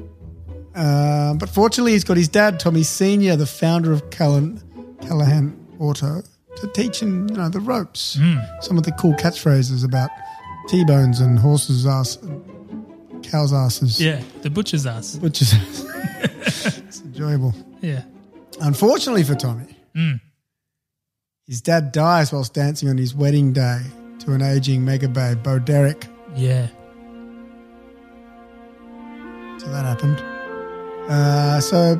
Speaker 5: Um, but fortunately, he's got his dad, Tommy Senior, the founder of Callan, Callahan Auto, to teach him you know the ropes. Some of the cool catchphrases about t-bones and horses' ass, and cows' asses,
Speaker 4: Yeah. The butcher's ass.
Speaker 5: which is <laughs> it's enjoyable.
Speaker 4: Yeah.
Speaker 5: Unfortunately for Tommy, his dad dies whilst dancing on his wedding day to an aging mega babe, Bo Derek.
Speaker 4: Yeah.
Speaker 5: So that happened. Uh, so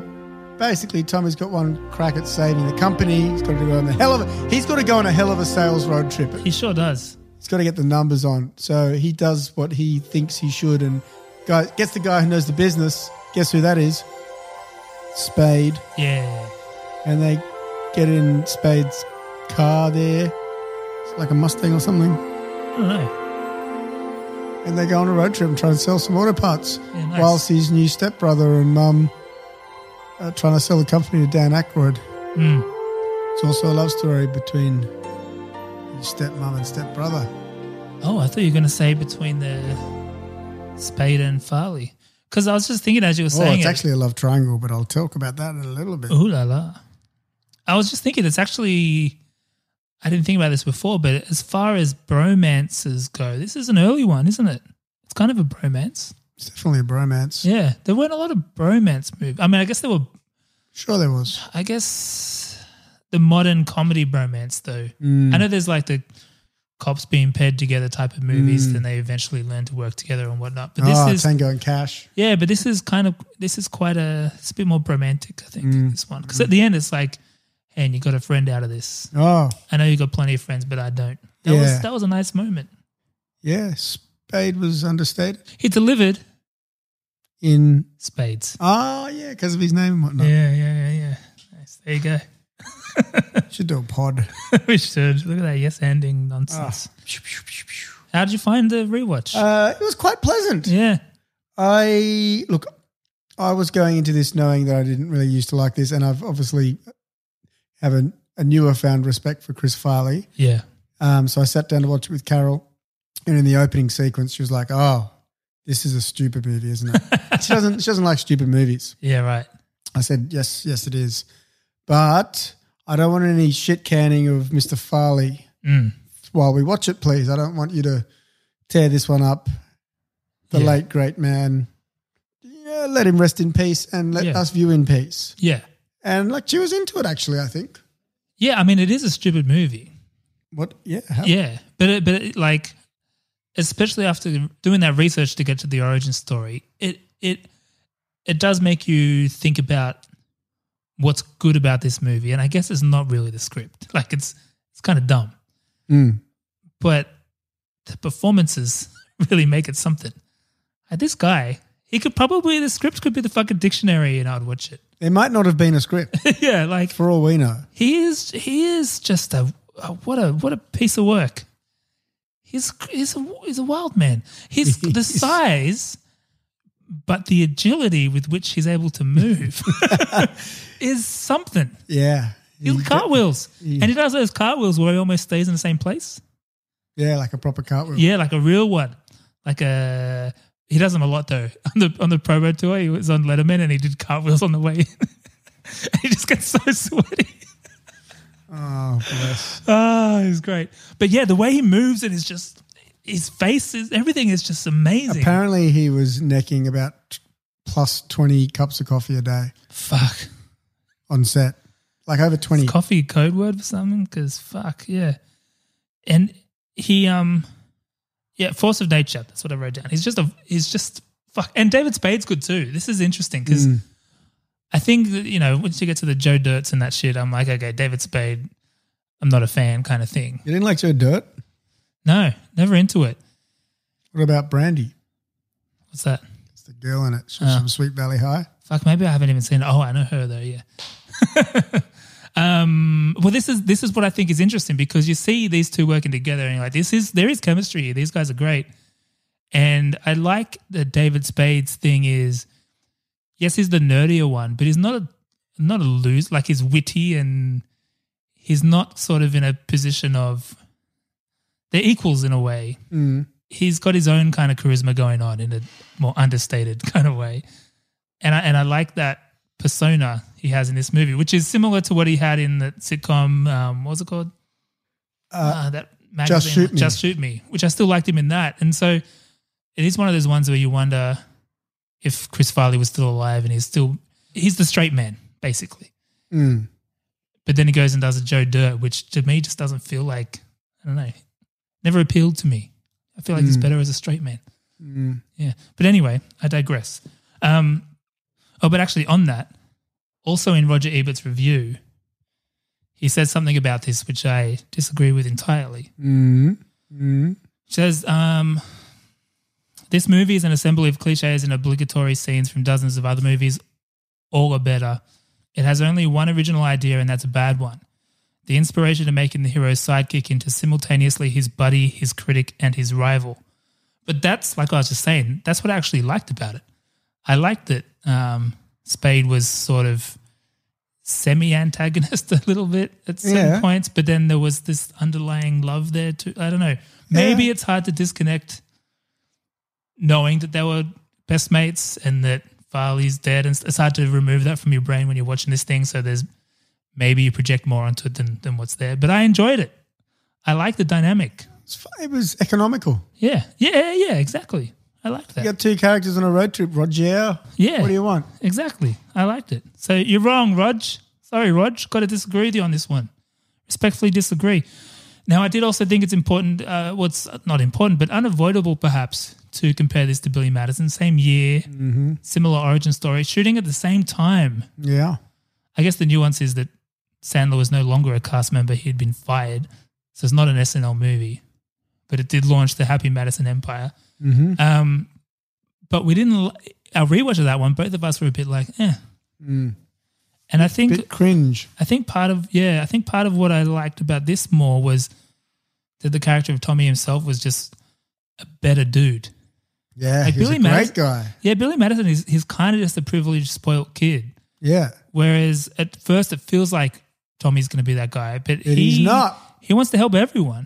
Speaker 5: basically, Tommy's got one crack at saving the company. He's got to go on a hell of a, he's got to go on a hell of a sales road trip.
Speaker 4: He sure does.
Speaker 5: He's got to get the numbers on. So he does what he thinks he should, and guy, gets the guy who knows the business. Guess who that is? Spade,
Speaker 4: Yeah.
Speaker 5: and they get in Spade's car there. It's like a Mustang or something,
Speaker 4: I don't know.
Speaker 5: and they go on a road trip and try and sell some auto parts.
Speaker 4: Yeah, nice.
Speaker 5: Whilst his new stepbrother and mum are trying to sell the company to Dan Aykroyd.
Speaker 4: Hmm.
Speaker 5: It's also a love story between his stepmom and stepbrother.
Speaker 4: Oh, I thought you were going to say between the Spade and Farley. Because I was just thinking as you were
Speaker 5: Oh,
Speaker 4: saying
Speaker 5: it's
Speaker 4: it.
Speaker 5: actually a love triangle, but I'll talk about that in a little bit.
Speaker 4: Ooh la la. I was just thinking it's actually I didn't think about this before, but as far as bromances go, this is an early one, isn't it? It's kind of a bromance.
Speaker 5: It's definitely a bromance.
Speaker 4: Yeah, there weren't a lot of bromance movies. I mean, I guess there were.
Speaker 5: Sure, there was.
Speaker 4: I guess the modern comedy bromance, though. I know there's like the cops being paired together type of movies, then they eventually learn to work together and whatnot. But this
Speaker 5: oh,
Speaker 4: is
Speaker 5: Tango and Cash.
Speaker 4: yeah, but this is kind of this is quite a it's a bit more romantic, I think.
Speaker 5: Mm.
Speaker 4: This one because at the end it's like, hey, and you got a friend out of this.
Speaker 5: Oh,
Speaker 4: I know you got plenty of friends, but I don't. That
Speaker 5: Yeah.
Speaker 4: was that was a nice moment.
Speaker 5: yeah. Spade was understated
Speaker 4: He delivered
Speaker 5: in.
Speaker 4: spades.
Speaker 5: Oh, yeah, because of his name and whatnot.
Speaker 4: Yeah, yeah, yeah, yeah. Nice. There you go. <laughs>
Speaker 5: Should do a pod. <laughs>
Speaker 4: we should look at that yes ending nonsense.
Speaker 5: Ah.
Speaker 4: How did you find the rewatch?
Speaker 5: Uh, it was quite pleasant.
Speaker 4: yeah,
Speaker 5: I look. I was going into this knowing that I didn't really used to like this, and I've obviously have a, a newer found respect for Chris Farley.
Speaker 4: yeah,
Speaker 5: Um, so I sat down to watch it with Carol, and in the opening sequence, she was like, "Oh, this is a stupid movie, isn't it?" she doesn't. She doesn't like stupid movies.
Speaker 4: yeah. Right.
Speaker 5: I said, "Yes, yes, it is," but I don't want any shit canning of Mr. Farley
Speaker 4: Mm.
Speaker 5: while we watch it, please. I don't want you to tear this one up. The
Speaker 4: Yeah.
Speaker 5: late great man. Yeah, let him rest in peace and let
Speaker 4: Yeah.
Speaker 5: us view in peace.
Speaker 4: Yeah,
Speaker 5: And like she was into it actually, I think.
Speaker 4: yeah. I mean, it is a stupid movie.
Speaker 5: What yeah. how-
Speaker 4: Yeah, but it, but it, like, especially after doing that research to get to the origin story, it it it does make you think about what's good about this movie, and I guess it's not really the script. <laughs> Like, it's it's kind of dumb,
Speaker 5: Mm.
Speaker 4: but the performances <laughs> really make it something. Like, this guy, he could probably the script could be the fucking dictionary, and I'd watch it. <laughs>
Speaker 5: There might not have been a script
Speaker 4: yeah, like
Speaker 5: for all we know.
Speaker 4: he is he is just a, a what a what a piece of work. He's he's a, he's a wild man. <laughs> He's the size, but the agility with which he's able to <laughs> move is something.
Speaker 5: Yeah.
Speaker 4: He cartwheels, and he does those cartwheels where he almost stays in the same place.
Speaker 5: Yeah, like a proper cartwheel.
Speaker 4: Yeah, like a real one, like a. He does them a lot though. <laughs> On the on the promo tour, he was on Letterman and he did cartwheels on the way. in. <laughs> he just gets so <laughs> sweaty.
Speaker 5: Oh bless.
Speaker 4: Ah, he's great. But yeah, the way he moves and is just his face is everything is just amazing.
Speaker 5: Apparently he was necking about t- plus twenty cups of coffee a day
Speaker 4: fuck.
Speaker 5: on set. Like over twenty.
Speaker 4: Coffee code word for something? Because fuck, yeah. And he um yeah, force of nature. That's what I wrote down. He's just a he's just fuck and David Spade's good too. This is interesting because I think that, you know, once you get to the Joe Dirts and that shit, I'm like, okay, David Spade, I'm not a fan kind of thing.
Speaker 5: You didn't like your dirt?
Speaker 4: No, never into it.
Speaker 5: What about Brandy?
Speaker 4: What's that?
Speaker 5: It's the girl in it. She's from Sweet Valley High.
Speaker 4: Fuck, maybe I haven't even seen. It. Oh, I know her though. Yeah. <laughs> um. Well, this is this is what I think is interesting because you see these two working together, and you're like, this is there is chemistry. here. These guys are great, and I like that David Spade's thing is, yes, he's the nerdier one, but he's not a not a lose. Like he's witty and he's not sort of in a position of they're equals in a way. He's got his own kind of charisma going on in a more understated <laughs> kind of way and I and I like that persona he has in this movie, which is similar to what he had in the sitcom. Um, what was it called? Uh, that magazine,
Speaker 5: Shoot Me.
Speaker 4: Just Shoot Me, which I still liked him in that. And so it is one of those ones where you wonder if Chris Farley was still alive and he's still he's the straight man basically.
Speaker 5: Hmm.
Speaker 4: But then he goes and does a Joe Dirt, which to me just doesn't feel like I don't know, never appealed to me. I feel like he's better as a straight man. Yeah. But anyway, I digress. Um, oh, but actually, on that, also in Roger Ebert's review, he says something about this which I disagree with entirely. Mm. Says, um, this movie is an assembly of cliches and obligatory scenes from dozens of other movies. All are better. It has only one original idea, and that's a bad one. The inspiration to making the hero's sidekick into simultaneously his buddy, his critic, and his rival. But that's, like I was just saying, that's what I actually liked about it. I liked that um, Spade was sort of semi antagonist <laughs> a little bit at certain
Speaker 5: Yeah.
Speaker 4: points, but then there was this underlying love there too. I don't know. Maybe
Speaker 5: Yeah.
Speaker 4: it's hard to disconnect knowing that they were best mates and that Farley's dead, and it's hard to remove that from your brain when you're watching this thing. So there's maybe you project more onto it than than what's there. But I enjoyed it. I like the dynamic.
Speaker 5: It's fu- It was economical.
Speaker 4: Yeah, yeah, yeah, exactly. I liked that.
Speaker 5: You got two characters on a road trip, Roger.
Speaker 4: Yeah.
Speaker 5: What do you want?
Speaker 4: Exactly. I liked it. So you're wrong, Rog. Sorry, Rog. Got to disagree with you on this one. Respectfully disagree. Now, I did also think it's important, uh, well, it's not important, but unavoidable perhaps to compare this to Billy Madison. Same year, similar origin story, shooting at the same time.
Speaker 5: Yeah.
Speaker 4: I guess the nuance is that Sandler was no longer a cast member. He'd been fired. So it's not an SNL movie, but it did launch the Happy Madison Empire. Um, but we didn't, l- our rewatch of that one, both of us were a bit like, eh. And I think
Speaker 5: Bit cringe.
Speaker 4: I think part of yeah, I think part of what I liked about this more was that the character of Tommy himself was just a better dude.
Speaker 5: Yeah.
Speaker 4: Like
Speaker 5: he's
Speaker 4: Billy
Speaker 5: a great
Speaker 4: Madison-
Speaker 5: guy.
Speaker 4: Yeah, Billy Madison is he's kind of just a privileged, spoilt kid.
Speaker 5: Yeah.
Speaker 4: Whereas at first it feels like Tommy's going to be that guy, but
Speaker 5: But
Speaker 4: he,
Speaker 5: he's not.
Speaker 4: He wants to help everyone.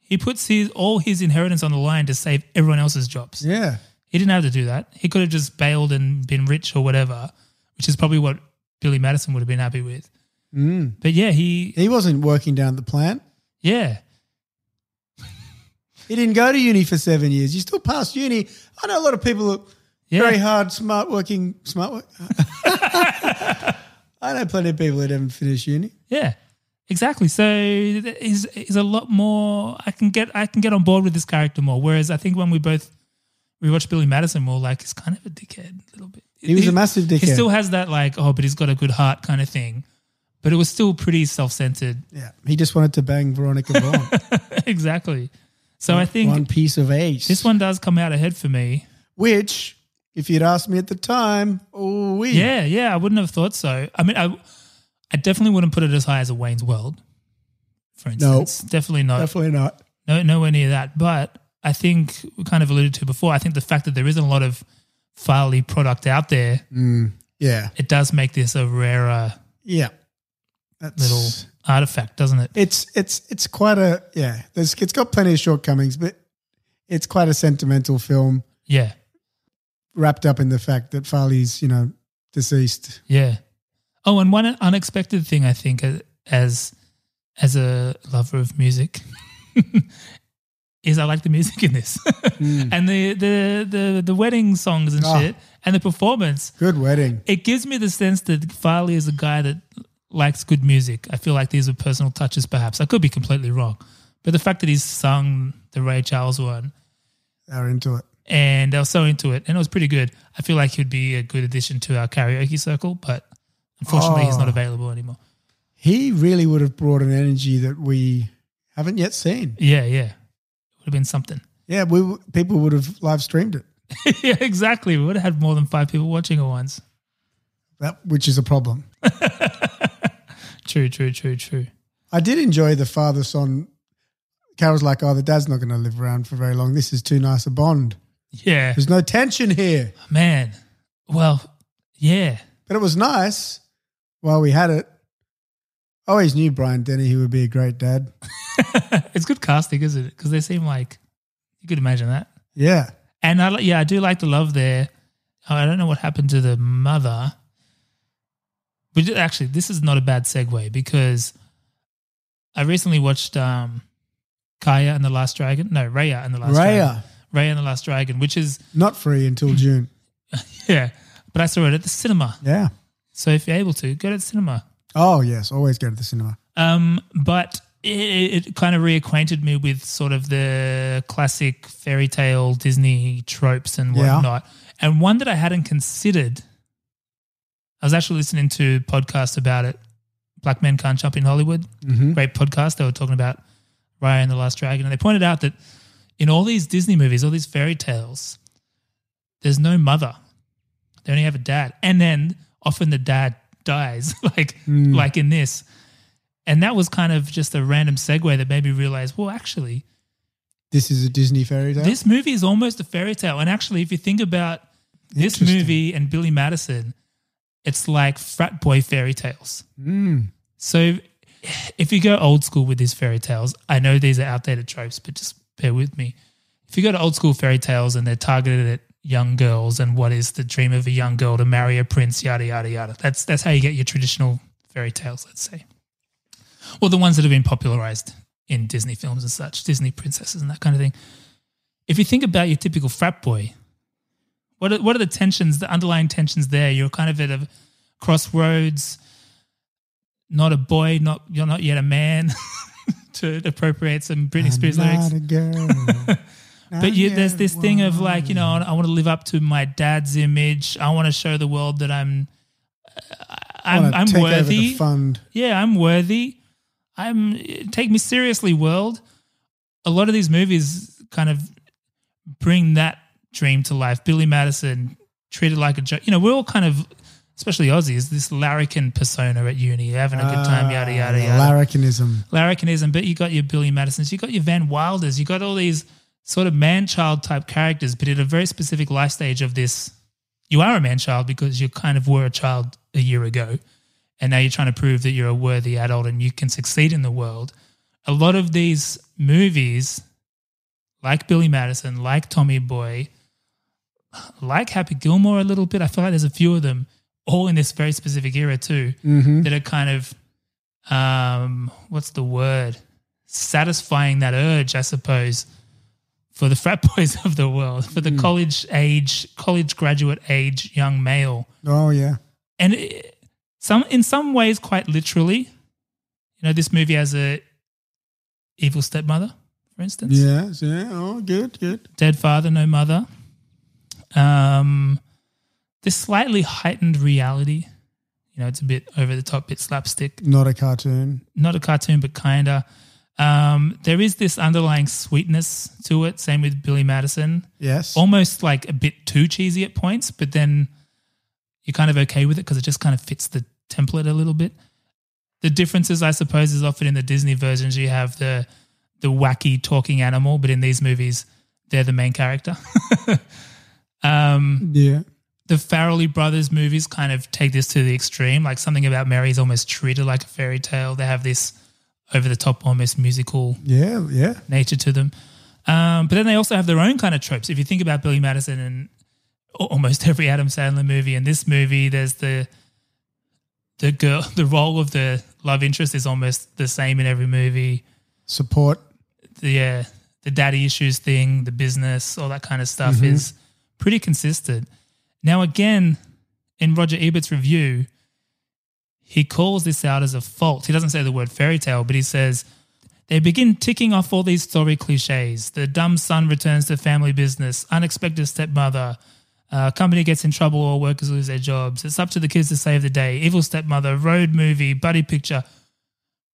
Speaker 4: He puts his all his inheritance on the line to save everyone else's jobs.
Speaker 5: Yeah.
Speaker 4: He didn't have to do that. He could have just bailed and been rich or whatever, which is probably what Billy Madison would have been happy with. But yeah, he
Speaker 5: Mm. He wasn't working down at the plant.
Speaker 4: yeah.
Speaker 5: He didn't go to uni for seven years. You still passed uni. I know a lot of people are
Speaker 4: Yeah.
Speaker 5: very hard, smart working, smart work. <laughs> I know plenty of people that haven't finished uni.
Speaker 4: Yeah, exactly. So th- he's he's a lot more. I can get I can get on board with this character more. Whereas I think when we both we watched Billy Madison, we we're like he's kind of a dickhead a little bit.
Speaker 5: He was a massive
Speaker 4: He
Speaker 5: dickhead.
Speaker 4: still has that like oh, but he's got a good heart kind of thing. But it was still pretty self centered.
Speaker 5: Yeah. He just wanted to bang Veronica Vaughn.
Speaker 4: <laughs> exactly. So I think
Speaker 5: One piece of ace.
Speaker 4: this one does come out ahead for me.
Speaker 5: Which, if you'd asked me at the time, oh, we.
Speaker 4: Yeah, yeah, I wouldn't have thought so. I mean, I, I definitely wouldn't put it as high as a Wayne's World, for
Speaker 5: No.
Speaker 4: instance. Definitely not.
Speaker 5: Definitely not.
Speaker 4: No, nowhere near that. But I think we kind of alluded to before. I think the fact that there isn't a lot of Farley product out there,
Speaker 5: Yeah.
Speaker 4: it does make this a rarer
Speaker 5: Yeah. That's
Speaker 4: little artifact, doesn't it?
Speaker 5: It's it's it's quite a yeah. There's it's got plenty of shortcomings, but it's quite a sentimental film
Speaker 4: Yeah,
Speaker 5: wrapped up in the fact that Farley's you know deceased.
Speaker 4: yeah. Oh, and one unexpected thing I think uh, as as a lover of music <laughs> is I like the music in this, <laughs> and the, the the the wedding songs and
Speaker 5: Ah.
Speaker 4: shit, and the performance.
Speaker 5: Good wedding.
Speaker 4: it gives me the sense that Farley is a guy that likes good music. I feel like these are personal touches, perhaps. I could be completely wrong, but the fact that he's sung the Ray Charles one
Speaker 5: They're into it.
Speaker 4: and they were so into it, and it was pretty good. I feel like he'd be a good addition to our karaoke circle, but unfortunately, he's not available anymore.
Speaker 5: He really would have brought an energy that we haven't yet seen.
Speaker 4: Yeah, yeah, would have been something. <laughs>
Speaker 5: Yeah, we w- people would have live streamed it.
Speaker 4: yeah, exactly. We would have had more than five people watching at once.
Speaker 5: That which is a problem.
Speaker 4: True, true, true, true.
Speaker 5: I did enjoy the father son. Carol's like, oh, the dad's not going to live around for very long. This is too nice a bond.
Speaker 4: Yeah,
Speaker 5: There's no tension here.
Speaker 4: man. Well, yeah.
Speaker 5: But it was nice while we had it. I always knew Brian Denny, he would be a great dad.
Speaker 4: <laughs> it's good casting, isn't it? Because they seem like you could imagine that.
Speaker 5: Yeah.
Speaker 4: And I li- yeah, I do like the love there. Oh, I don't know what happened to the mother, but ju- actually, this is not a bad segue because I recently watched um, Kaya and the Last Dragon. No, Raya and the Last Dragon.
Speaker 5: Raya,
Speaker 4: Raya and the Last Dragon, which is
Speaker 5: not free until June.
Speaker 4: yeah. But I saw it at the cinema,
Speaker 5: Yeah.
Speaker 4: so if you're able to, go to the cinema.
Speaker 5: Oh, yes. Always go to the cinema.
Speaker 4: Um, but it, it kind of reacquainted me with sort of the classic fairy tale Disney tropes and
Speaker 5: Yeah.
Speaker 4: whatnot. And one that I hadn't considered, I was actually listening to podcasts about it. Black Men Can't Jump in Hollywood, great podcast. They were talking about Raya and the Last Dragon, and they pointed out that in all these Disney movies, all these fairy tales, there's no mother. They only have a dad, and then often the dad dies, <laughs> like like in this. And that was kind of just a random segue that made me realize, well, actually,
Speaker 5: This is a Disney fairy tale.
Speaker 4: this movie is almost a fairy tale. And actually, if you think about this
Speaker 5: Interesting.
Speaker 4: movie and Billy Madison, it's like frat boy fairy tales. So if you go old school with these fairy tales, I know these are outdated tropes, but just bear with me. If you go to old school fairy tales and they're targeted at young girls and what is the dream of a young girl to marry a prince, yada yada yada. That's that's how you get your traditional fairy tales, let's say. Well, the ones that have been popularized in Disney films and such, Disney princesses and that kind of thing. If you think about your typical frat boy, what are, what are the tensions, the underlying tensions there? You're kind of at a crossroads, not a boy, not you're not yet a man. <laughs> to appropriate some Britney Spears lyrics,
Speaker 5: Not a girl.
Speaker 4: <laughs> but you, there's this thing of like, you know, I want to live up to my dad's image. I want to show the world that I'm, I'm,
Speaker 5: Wanna
Speaker 4: I'm
Speaker 5: take over the
Speaker 4: worthy.
Speaker 5: fund.
Speaker 4: Yeah, I'm worthy. I'm take me seriously, world. A lot of these movies kind of bring that dream to life. Billy Madison treated like a joke. You know, we're all kind of, especially Aussies, this larrikin persona at uni, having a good time, yada yada
Speaker 5: The
Speaker 4: yada.
Speaker 5: Larrikinism.
Speaker 4: larrikinism, but you got your Billy Madisons, you got your Van Wilders, you got all these sort of man child type characters, but at a very specific life stage of this, you are a man child because you kind of were a child a year ago. And now you're trying to prove that you're a worthy adult and you can succeed in the world. A lot of these movies, like Billy Madison, like Tommy Boy, like Happy Gilmore a little bit, I feel like there's a few of them all in this very specific era too that are kind of um, what's the word? Satisfying that urge, I suppose, for the frat <laughs> boys of the world, for the college age, college graduate age young male,
Speaker 5: Oh yeah.
Speaker 4: and it, some in some ways quite literally. You know, this movie has a evil stepmother, for instance.
Speaker 5: Yes. Yeah. Oh, good. Good.
Speaker 4: Dead father, no mother. Um, this slightly heightened reality. You know, it's a bit over the top, bit slapstick.
Speaker 5: Not a cartoon.
Speaker 4: not a cartoon, but kinda. Um, there is this underlying sweetness to it. Same with Billy Madison,
Speaker 5: Yes.
Speaker 4: almost like a bit too cheesy at points, but then you're kind of okay with it because it just kind of fits the template a little bit. The differences, I suppose, is often in the Disney versions you have the the wacky talking animal, but in these movies they're the main character. <laughs> um,
Speaker 5: yeah.
Speaker 4: the Farrelly brothers movies kind of take this to the extreme. Like something about Mary is almost treated like a fairy tale. They have this over the top, almost musical
Speaker 5: Yeah. Yeah.
Speaker 4: nature to them. Um, but then they also have their own kind of tropes. If you think about Billy Madison and al- almost <laughs> every Adam Sandler movie, and this movie, there's the the girl, <laughs> the role of the love interest is almost the same in every movie.
Speaker 5: Support.
Speaker 4: The uh, the daddy issues thing, the business, all that kind of stuff is pretty consistent. Now, again, in Roger Ebert's review, he calls this out as a fault. He doesn't say the word fairy tale, but he says they begin ticking off all these story cliches. The dumb son returns to family business, unexpected stepmother, uh, company gets in trouble or workers lose their jobs. It's up to the kids to save the day, evil stepmother, road movie, buddy picture.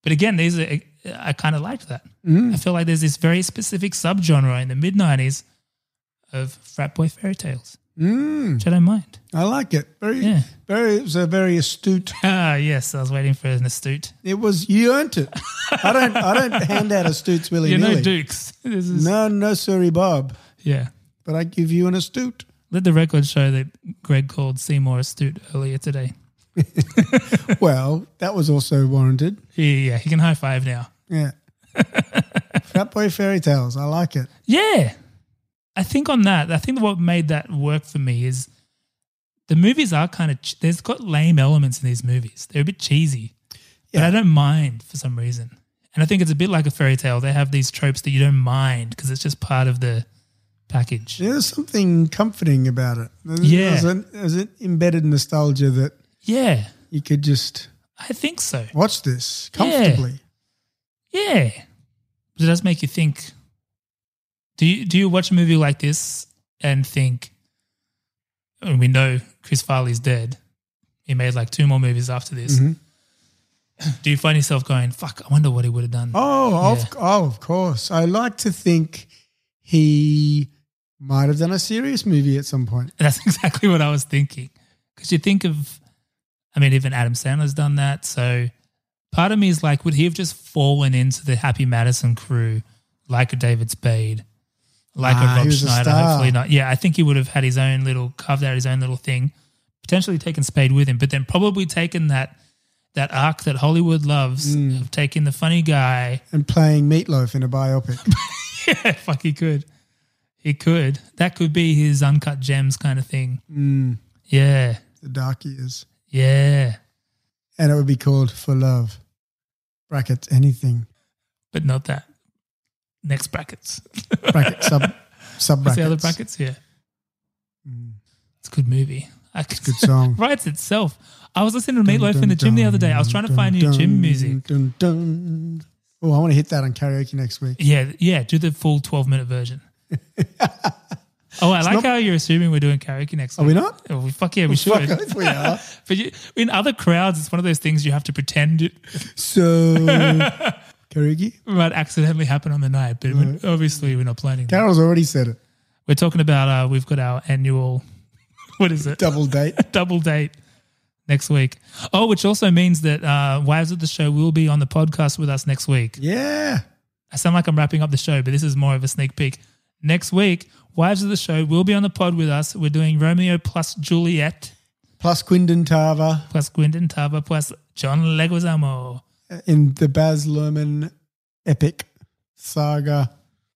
Speaker 4: But again, these are, I kind of liked that. I feel like there's this very specific subgenre in the mid 90s of frat boy fairy tales, which I don't mind.
Speaker 5: I like it. Very.
Speaker 4: Yeah.
Speaker 5: Very. It was a very astute.
Speaker 4: Ah, yes, I was waiting for an astute.
Speaker 5: It was. You earned it. I don't. I don't hand out astutes willy
Speaker 4: You know,
Speaker 5: nilly.
Speaker 4: Dukes. <laughs> This is,
Speaker 5: No, no, sorry, Bob.
Speaker 4: Yeah.
Speaker 5: But I give you an astute.
Speaker 4: Let the record show that Greg called Seymour astute earlier today.
Speaker 5: Well, that was also warranted.
Speaker 4: He, yeah, he can high five now. <laughs>
Speaker 5: Yeah. Fat Boy Fairy Tales. I like it.
Speaker 4: Yeah. I think on that, I think what made that work for me is the movies are kind of, ch- there's got lame elements in these movies. They're a bit cheesy, but
Speaker 5: Yeah.
Speaker 4: I don't mind for some reason. And I think it's a bit like a fairy tale. They have these tropes that you don't mind because it's just part of the package.
Speaker 5: There's something comforting about it. There's,
Speaker 4: Yeah.
Speaker 5: There's an, there's an embedded nostalgia that
Speaker 4: Yeah,
Speaker 5: you could just
Speaker 4: I think so.
Speaker 5: watch this
Speaker 4: Yeah.
Speaker 5: comfortably.
Speaker 4: Yeah. But it does make you think. Do you do you watch a movie like this and think and we know Chris Farley's dead. He made like two more movies after this. Do you find yourself going, fuck, I wonder what he would have done?
Speaker 5: Oh,
Speaker 4: Yeah.
Speaker 5: of, oh, of course. I like to think he might have done a serious movie at some point.
Speaker 4: <laughs> That's exactly what I was thinking. Because you think of, I mean, even Adam Sandler's done that. So part of me is like, would he have just fallen into the Happy Madison crew like a David Spade, like
Speaker 5: Ah,
Speaker 4: a
Speaker 5: he
Speaker 4: Rob
Speaker 5: was a
Speaker 4: Schneider?
Speaker 5: star.
Speaker 4: Hopefully not. Yeah, I think he would have had his own little, carved out his own little thing, potentially taken Spade with him, but then probably taken that. That arc that Hollywood loves
Speaker 5: Mm.
Speaker 4: of taking the funny guy. <laughs>
Speaker 5: And playing Meatloaf in a biopic.
Speaker 4: Yeah, fuck, he could. He could. That could be his uncut gems kind of thing.
Speaker 5: Mm.
Speaker 4: Yeah.
Speaker 5: the Dark Years.
Speaker 4: Yeah.
Speaker 5: And it would be called For Love. Brackets, anything.
Speaker 4: but not that. Next brackets.
Speaker 5: Bracket, sub,
Speaker 4: <laughs>
Speaker 5: sub
Speaker 4: What's
Speaker 5: brackets. Mm.
Speaker 4: the other brackets? Yeah. It's a good movie. I could, <laughs>
Speaker 5: Good song.
Speaker 4: writes itself. I was listening to Meatloaf in the gym the other day. I was trying to find new gym music.
Speaker 5: Oh, I want to hit that on karaoke next week.
Speaker 4: Yeah, yeah, do the full 12 minute
Speaker 5: <laughs>
Speaker 4: version. oh, I like
Speaker 5: not-
Speaker 4: how you're assuming we're doing karaoke next
Speaker 5: Are
Speaker 4: week.
Speaker 5: we not?
Speaker 4: <laughs> Oh, we, fuck yeah, we should.
Speaker 5: Fuck off, we are.
Speaker 4: <laughs> but you, in other crowds, it's one of those things you have to pretend it
Speaker 5: So, karaoke?
Speaker 4: might accidentally happen on the night. But we- obviously, we're not planning that.
Speaker 5: Carol's already said it.
Speaker 4: We're talking about uh, we've got our annual, <laughs> what is it? <laughs>
Speaker 5: Double date.
Speaker 4: double date next week. Oh, which also means that uh, Wives of the Show will be on the podcast with us next week.
Speaker 5: Yeah.
Speaker 4: I sound like I'm wrapping up the show, but this is more of a sneak peek. Next week, Wives of the Show will be on the pod with us. We're doing Romeo plus Juliet
Speaker 5: Plus Quindon Tava
Speaker 4: plus Gwendon Tava plus John Leguizamo.
Speaker 5: in the Baz Luhrmann epic saga.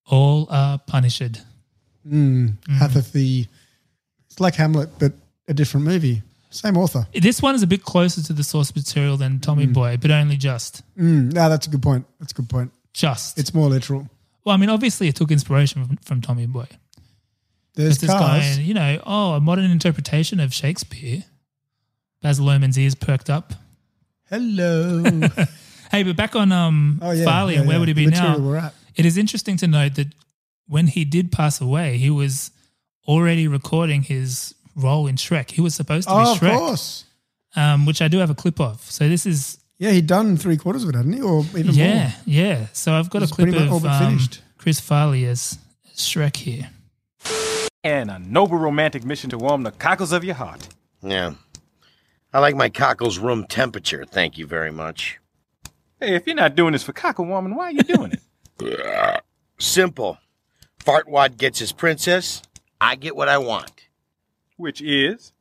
Speaker 4: All are punished. Mm.
Speaker 5: Hath the. It's like Hamlet, but a different movie. Same author.
Speaker 4: This one is a bit closer to the source material than Tommy Boy, but only just.
Speaker 5: Mm, no, that's a good point. That's a good point.
Speaker 4: Just.
Speaker 5: It's more literal.
Speaker 4: well, I mean, obviously it took inspiration from, from Tommy Boy.
Speaker 5: There's
Speaker 4: It's this guy,
Speaker 5: cars.
Speaker 4: and, you know, oh, a modern interpretation of Shakespeare. Baz Luhrmann's ears perked up. <laughs>
Speaker 5: Hello. Oh,
Speaker 4: Hey, but back on um, Farley and where would he be
Speaker 5: Material
Speaker 4: now?
Speaker 5: We're at.
Speaker 4: It is interesting to note that when he did pass away, he was already recording his role in Shrek. He was supposed to be
Speaker 5: Oh, of
Speaker 4: Shrek,
Speaker 5: course.
Speaker 4: Um, which I do have a clip of. So this is
Speaker 5: Yeah, he'd done three quarters of it, hadn't he? Or even
Speaker 4: yeah,
Speaker 5: more.
Speaker 4: yeah. So I've got
Speaker 5: It's
Speaker 4: a clip
Speaker 5: pretty much
Speaker 4: of
Speaker 5: all but
Speaker 4: um,
Speaker 5: finished.
Speaker 4: Chris Farley as as Shrek here.
Speaker 8: And a noble romantic mission to warm the cockles of your heart.
Speaker 1: Yeah. I like my cockles room temperature. Thank you very much.
Speaker 8: Hey, if you're not doing this for cockle warming, why are you doing <laughs> it?
Speaker 1: Simple. Fartwad gets his princess. I get what I want.
Speaker 8: Which is.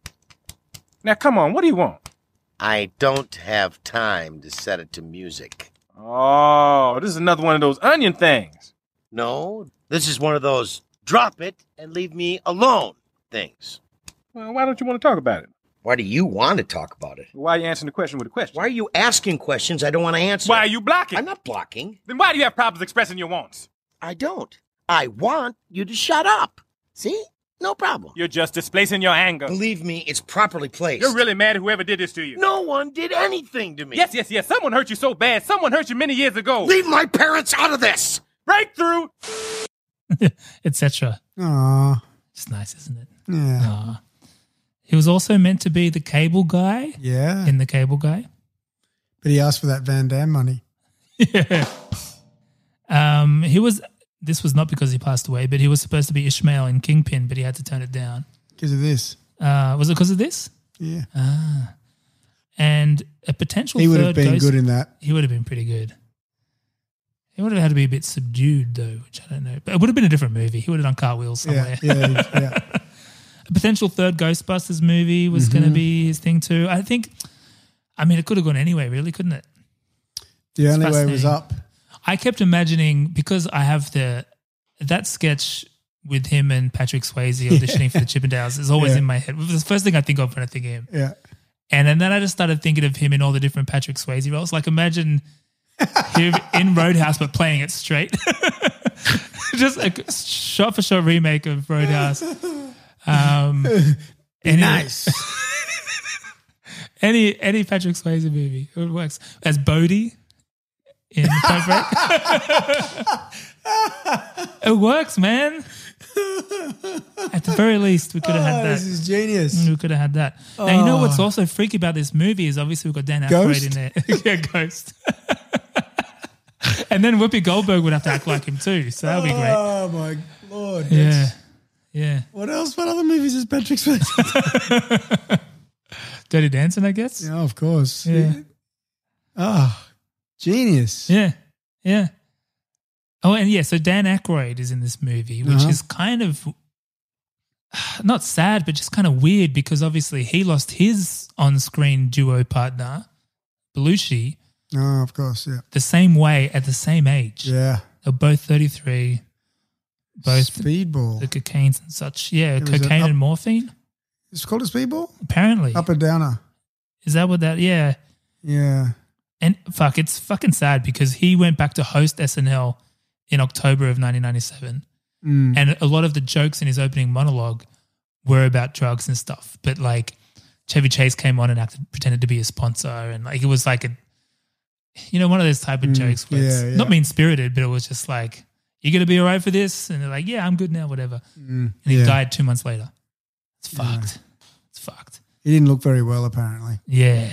Speaker 8: Now, come on, what do you want?
Speaker 1: I don't have time to set it to music.
Speaker 8: Oh, this is another one of those onion things.
Speaker 1: No, this is one of those drop it and leave me alone things.
Speaker 8: Well, why don't you want to talk about it?
Speaker 1: Why do you want to talk about it?
Speaker 8: Why are you answering the question with a question?
Speaker 1: Why are you asking questions I don't want to answer?
Speaker 8: Why are you blocking?
Speaker 1: I'm not blocking.
Speaker 8: Then why do you have problems expressing your wants?
Speaker 1: I don't. I want you to shut up. See? No problem.
Speaker 8: You're just displacing your anger.
Speaker 1: Believe me, it's properly placed.
Speaker 8: You're really mad at whoever did this to you.
Speaker 1: No one did anything to me.
Speaker 8: Yes, yes, yes. Someone hurt you so bad. Someone hurt you many years ago.
Speaker 1: Leave my parents out of this.
Speaker 8: Breakthrough.
Speaker 4: etc.
Speaker 5: Aw.
Speaker 4: It's nice, isn't it?
Speaker 5: Ah, Yeah.
Speaker 4: He was also meant to be the cable guy
Speaker 5: Yeah.
Speaker 4: in the Cable Guy.
Speaker 5: but he asked for that Van Damme money.
Speaker 4: Um, he was. This was not because he passed away, but he was supposed to be Ishmael in Kingpin, but he had to turn it down.
Speaker 5: Because of this.
Speaker 4: Uh, was it because of this?
Speaker 5: Yeah.
Speaker 4: And a potential
Speaker 5: he would
Speaker 4: Uh, third
Speaker 5: have been
Speaker 4: ghost-
Speaker 5: good in that.
Speaker 4: He would have been pretty good. He would have had to be a bit subdued though, which I don't know. But it would have been a different movie. He would have done cartwheels
Speaker 5: Yeah.
Speaker 4: somewhere.
Speaker 5: Yeah.
Speaker 4: <laughs>
Speaker 5: yeah.
Speaker 4: A potential third Ghostbusters movie was
Speaker 5: Mm-hmm.
Speaker 4: going to be his thing too. I think. I mean, it could have gone anyway, really, couldn't it?
Speaker 5: The only way was
Speaker 4: fascinating.
Speaker 5: up.
Speaker 4: I kept imagining because I have the that sketch with him and Patrick Swayze
Speaker 5: <laughs>
Speaker 4: auditioning for the Chippendales is always
Speaker 5: Yeah.
Speaker 4: in my head. It was the first thing I think of when I think of him.
Speaker 5: Yeah.
Speaker 4: And, and then I just started thinking of him in all the different Patrick Swayze roles. Like imagine him in Roadhouse but playing it straight. <laughs> just a shot for shot remake of
Speaker 5: <laughs>
Speaker 4: Roadhouse. Um, any-
Speaker 5: Nice.
Speaker 4: Any any Patrick Swayze movie. It works. As Bodie in
Speaker 5: <laughs>
Speaker 4: Point Break. it works, man. At the very least, we could have
Speaker 5: oh,
Speaker 4: had
Speaker 5: this
Speaker 4: that. Mm,
Speaker 5: is genius.
Speaker 4: We could have had that. Now you know what's also freaky about this movie is obviously we've got Dan Aykroyd
Speaker 5: Ghost?
Speaker 4: in there. <laughs> yeah, Ghost. <laughs> and then Whoopi Goldberg would have to act like him too, so that would be great.
Speaker 5: Oh my lord.
Speaker 4: Yeah,
Speaker 5: That's-
Speaker 4: yeah.
Speaker 5: What else? What other movies is Patrick Swayze?
Speaker 4: Dirty Dancing, I guess.
Speaker 5: yeah, of
Speaker 4: <laughs>
Speaker 5: course.
Speaker 4: Yeah.
Speaker 5: Oh, genius.
Speaker 4: Yeah, yeah. Oh, and yeah, so Dan Aykroyd is in this movie, which
Speaker 5: Uh-huh.
Speaker 4: is kind of not sad, but just kind of weird because obviously he lost his on-screen duo partner, Belushi,
Speaker 5: Oh, of course. Yeah.
Speaker 4: the same way at the same age.
Speaker 5: Yeah.
Speaker 4: They're both 33, both
Speaker 5: Speedball.
Speaker 4: the cocaines and such. Yeah,
Speaker 5: was an
Speaker 4: cocaine
Speaker 5: up-
Speaker 4: and morphine,
Speaker 5: It's called a speedball?
Speaker 4: apparently.
Speaker 5: Up and downer.
Speaker 4: Is that what that, yeah.
Speaker 5: Yeah.
Speaker 4: And fuck, it's fucking sad because he went back to host SNL in October of 1997.
Speaker 5: Mm.
Speaker 4: And a lot of the jokes in his opening monologue were about drugs and stuff. But like Chevy Chase came on and acted, pretended to be a sponsor. And like it was like a, you know, one of those type of jokes where it's
Speaker 5: Mm, yeah,
Speaker 4: not
Speaker 5: yeah.
Speaker 4: mean spirited, but it was just like, you're going to be all right for this. And they're like, yeah, I'm good now, whatever. and he
Speaker 5: Mm, yeah.
Speaker 4: died two months later. It's fucked. It's fucked.
Speaker 5: He didn't look very well, apparently.
Speaker 4: Yeah.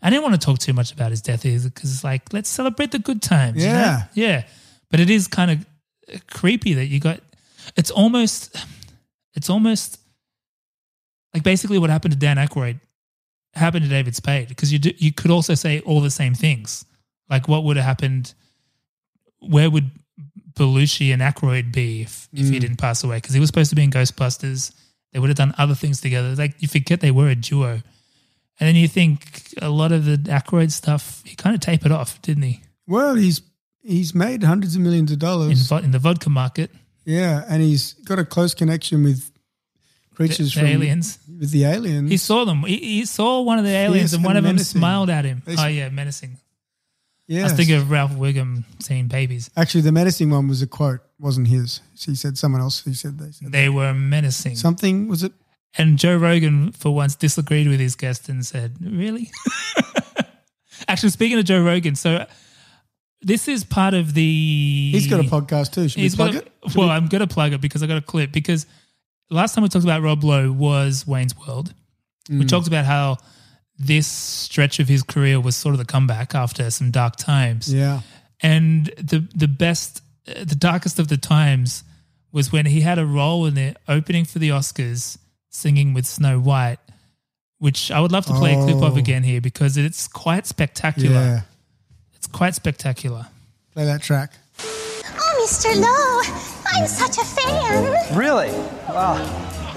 Speaker 4: I didn't want to talk too much about his death either because it's like, let's celebrate the good times. you know?
Speaker 5: Yeah.
Speaker 4: Yeah. But it is kind of creepy that you got, it's almost, it's almost like basically what happened to Dan Aykroyd happened to David Spade because you, do, you could also say all the same things. Like what would have happened? Where would Belushi and Aykroyd be if, if he didn't pass away? Because he was supposed to be in Ghostbusters. They would have done other things together. Like you forget they were a duo. And then you think a lot of the Aykroyd stuff, he kind of tapered off, didn't he?
Speaker 5: Well, he's he's made hundreds of millions of
Speaker 4: In,
Speaker 5: dollars.
Speaker 4: vo- in the vodka market,
Speaker 5: yeah, and he's got a close connection with
Speaker 4: the,
Speaker 5: creatures
Speaker 4: the
Speaker 5: from
Speaker 4: aliens.
Speaker 5: With the aliens,
Speaker 4: He saw them. He, he saw one of the aliens,
Speaker 5: Fierce
Speaker 4: and one
Speaker 5: and
Speaker 4: of them
Speaker 5: menacing.
Speaker 4: smiled at him.
Speaker 5: They-
Speaker 4: oh yeah, menacing.
Speaker 5: yeah.
Speaker 4: I was thinking of Ralph Wiggum seeing babies.
Speaker 5: Actually, the menacing one was a quote, wasn't his. He said someone else. He said they said
Speaker 4: They were menacing.
Speaker 5: something. Was it?
Speaker 4: And Joe Rogan, for once, disagreed with his guest and said, Really? <laughs> Actually, speaking of Joe Rogan, so this is part of the.
Speaker 5: He's got a podcast too. Should we
Speaker 4: He's
Speaker 5: plug
Speaker 4: got
Speaker 5: it?
Speaker 4: a- Well, I'm going to plug it because I got a clip. Because last time we talked about Rob Lowe was Wayne's World. We
Speaker 5: Mm.
Speaker 4: talked about how this stretch of his career was sort of the comeback after some dark times
Speaker 5: Yeah,
Speaker 4: and the the best uh, the darkest of the times was when he had a role in the opening for the Oscars singing with Snow White which I would love to play a clip of
Speaker 5: Oh.
Speaker 4: again here because it's quite spectacular
Speaker 5: yeah.
Speaker 4: it's quite spectacular
Speaker 5: Play that track.
Speaker 9: Oh, Mr. Lowe, I'm such a fan.
Speaker 10: Really? Well,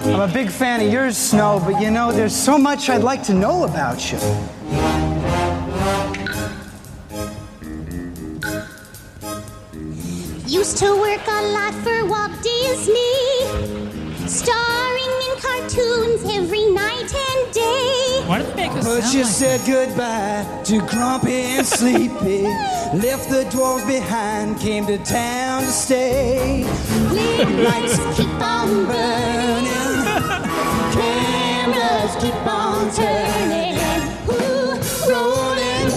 Speaker 10: I'm a big fan of yours, Snow, but you know, there's so much I'd like to know about you.
Speaker 9: Used to work a lot for Walt Disney, starring in cartoons every night and day.
Speaker 4: why did they make us
Speaker 10: But
Speaker 4: sound
Speaker 10: you
Speaker 4: like
Speaker 10: said goodbye to Grumpy and Sleepy, left the dwarves behind, came to town to stay.
Speaker 9: Lights keep on burning, cameras keep on turning. Ooh, rolling,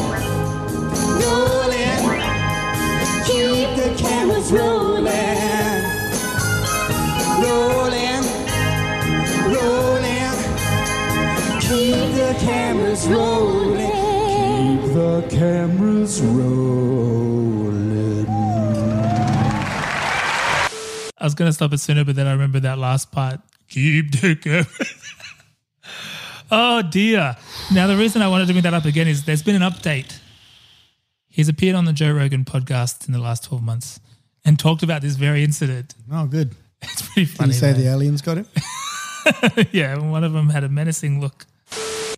Speaker 9: rolling, keep the cameras rolling.
Speaker 10: Rolling, rolling, keep the cameras rolling. Keep the cameras rolling.
Speaker 4: I was going to stop it sooner but then I remember that last part keep the camera <laughs> oh dear now the reason I wanted to bring that up again is there's been an update he's appeared on the Joe Rogan podcast in the last 12 months and talked about this very incident <laughs>
Speaker 5: Oh, good. Did
Speaker 4: It's pretty
Speaker 5: you
Speaker 4: funny.
Speaker 5: say
Speaker 4: man.
Speaker 5: the aliens
Speaker 4: <laughs>
Speaker 5: got him?
Speaker 4: yeah, one of them had a menacing look.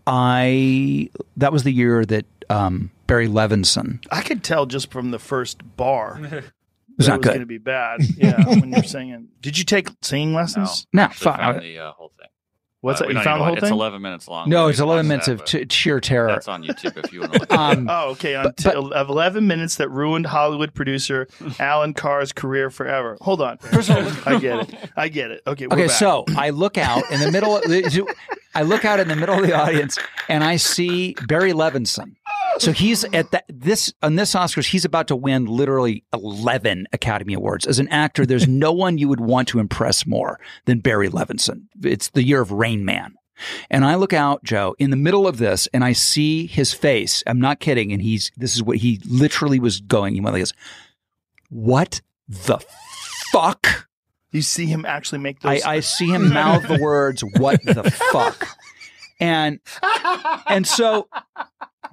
Speaker 11: I that was the year that um, Barry Levinson
Speaker 12: I could tell just from the first bar
Speaker 10: <laughs>
Speaker 12: that
Speaker 11: was
Speaker 12: it
Speaker 11: not
Speaker 12: was going to
Speaker 11: good.
Speaker 12: be bad. Yeah, when you're singing. Did you take singing lessons?
Speaker 11: No, fine.
Speaker 10: The uh, whole thing.
Speaker 12: What's
Speaker 10: Uh,
Speaker 12: that?
Speaker 10: we don't
Speaker 12: You found
Speaker 10: need
Speaker 12: the
Speaker 10: to-
Speaker 12: whole
Speaker 10: It's
Speaker 12: thing?
Speaker 10: 11 minutes long.
Speaker 11: No,
Speaker 10: We
Speaker 11: it's
Speaker 10: can
Speaker 11: eleven
Speaker 10: watch
Speaker 11: minutes
Speaker 10: that,
Speaker 11: of
Speaker 10: but
Speaker 11: t- sheer terror.
Speaker 10: That's on YouTube if you
Speaker 11: <laughs>
Speaker 10: want to look.
Speaker 11: Um,
Speaker 12: Oh, okay. On
Speaker 11: But- but-
Speaker 12: t- of 11 minutes that ruined Hollywood producer Alan Carr's career forever. Hold
Speaker 1: <laughs>
Speaker 12: on. First of all, I get it. I get it. Okay. We're
Speaker 11: Okay,
Speaker 12: back.
Speaker 11: so I look out in the middle. Of the, I look out in the middle of the audience, and I see Barry Levinson. So he's at that this on this Oscars. He's about to win literally eleven Academy Awards as an actor.
Speaker 12: <laughs>
Speaker 11: There's no one you would want to impress more than Barry Levinson. It's the year of Rain Man. And I look out, Joe, in the middle of this, and I see his face. I'm not kidding. And he's this is what he literally was going. He went like this. What the fuck?
Speaker 12: you see him actually make
Speaker 11: I,
Speaker 12: those.
Speaker 11: I see him mouth the words, "What the fuck," and and so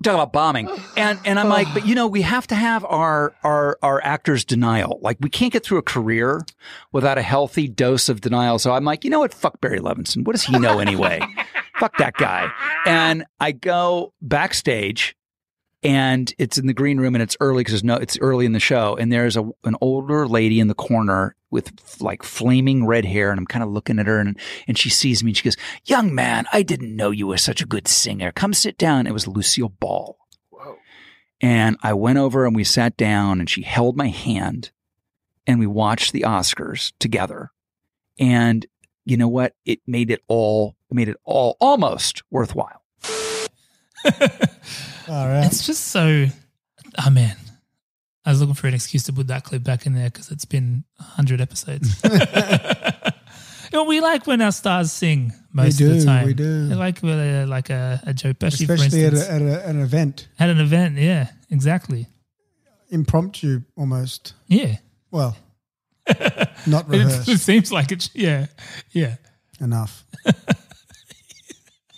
Speaker 11: talk about bombing, and and I'm like, but you know, we have to have our our our actors' denial. Like, we can't get through a career without a healthy dose of denial. So I'm like, you know what? Fuck Barry Levinson. What does he know anyway? <laughs> fuck that guy. And I go backstage. And it's in the green room, and it's early because no, it's early in the show. And there's a an older lady in the corner with like flaming red hair, and I'm kind of looking at her, and and she sees me, and she goes, "Young man, I didn't know you were such a good singer. Come sit down." It was Lucille Ball. And I went over and we sat down and she held my hand and we watched the Oscars together. And you know what? It made it all it made it all almost worthwhile.
Speaker 5: Um,
Speaker 4: It's just so, oh man. I was looking for an excuse to put that clip back in there because it's been 100
Speaker 5: <laughs>
Speaker 4: episodes. <laughs> You know, we like when our stars sing most
Speaker 5: We
Speaker 4: of the
Speaker 5: do,
Speaker 4: time.
Speaker 5: we do.
Speaker 4: I like when, uh, like a, a Joe Pesci,
Speaker 5: especially
Speaker 4: for
Speaker 5: at,
Speaker 4: instance.
Speaker 5: a, at a, an event,
Speaker 4: at an event, yeah, exactly.
Speaker 5: impromptu almost.
Speaker 4: Yeah. <laughs>
Speaker 5: Well, not
Speaker 4: It,
Speaker 5: rehearsed.
Speaker 4: it <laughs> seems like it's, yeah, yeah. <laughs>
Speaker 5: enough.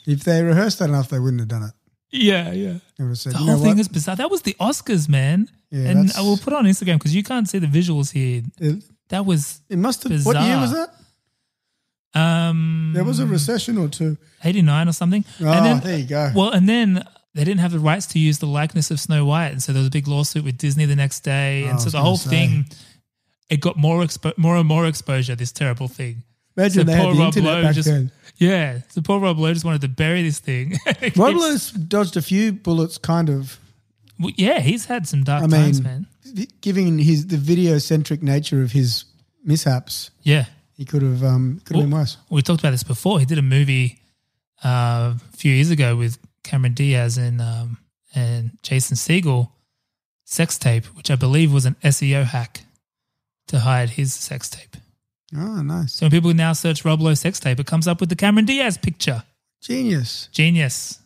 Speaker 5: if they rehearsed that enough, they wouldn't have done it.
Speaker 4: Yeah, yeah.
Speaker 5: They would have said,
Speaker 4: The
Speaker 5: you
Speaker 4: whole
Speaker 5: know
Speaker 4: thing
Speaker 5: what?
Speaker 4: is bizarre. That was the Oscars, man.
Speaker 5: Yeah,
Speaker 4: and
Speaker 5: that's-
Speaker 4: I will put it on Instagram because you can't see the visuals here. that was
Speaker 5: it must
Speaker 4: have. Bizarre.
Speaker 5: what year was that?
Speaker 4: Um,
Speaker 5: There was a recession or two.
Speaker 4: eighty nine or something.
Speaker 5: Ah, there you go.
Speaker 4: Well, and then they didn't have the rights to use the likeness of Snow White, and so there was a big lawsuit with Disney the next day,
Speaker 5: Oh, I
Speaker 4: and so
Speaker 5: was
Speaker 4: the
Speaker 5: gonna
Speaker 4: whole
Speaker 5: say.
Speaker 4: thing it got more expo- more and more exposure. This terrible thing.
Speaker 5: Imagine they had the internet back
Speaker 4: just,
Speaker 5: then.
Speaker 4: Yeah, so poor Rob Lowe just wanted to bury this thing. <laughs> It
Speaker 5: Rob
Speaker 4: keeps-
Speaker 5: Lowe's dodged a few bullets, kind of.
Speaker 4: Well, yeah, he's had some dark
Speaker 5: I
Speaker 4: times,
Speaker 5: mean,
Speaker 4: man.
Speaker 5: v- given his the video centric nature of his mishaps,
Speaker 4: Yeah.
Speaker 5: he could have um, could have been worse.
Speaker 4: We talked about this before. He did a movie uh, a few years ago with Cameron Diaz and um, and Jason Segel, sex tape, which I believe was an SEO hack to hide his sex tape.
Speaker 5: Oh, nice.
Speaker 4: So when people now search Rob Lowe sex tape, it comes up with the Cameron Diaz picture.
Speaker 5: Genius.
Speaker 4: Genius.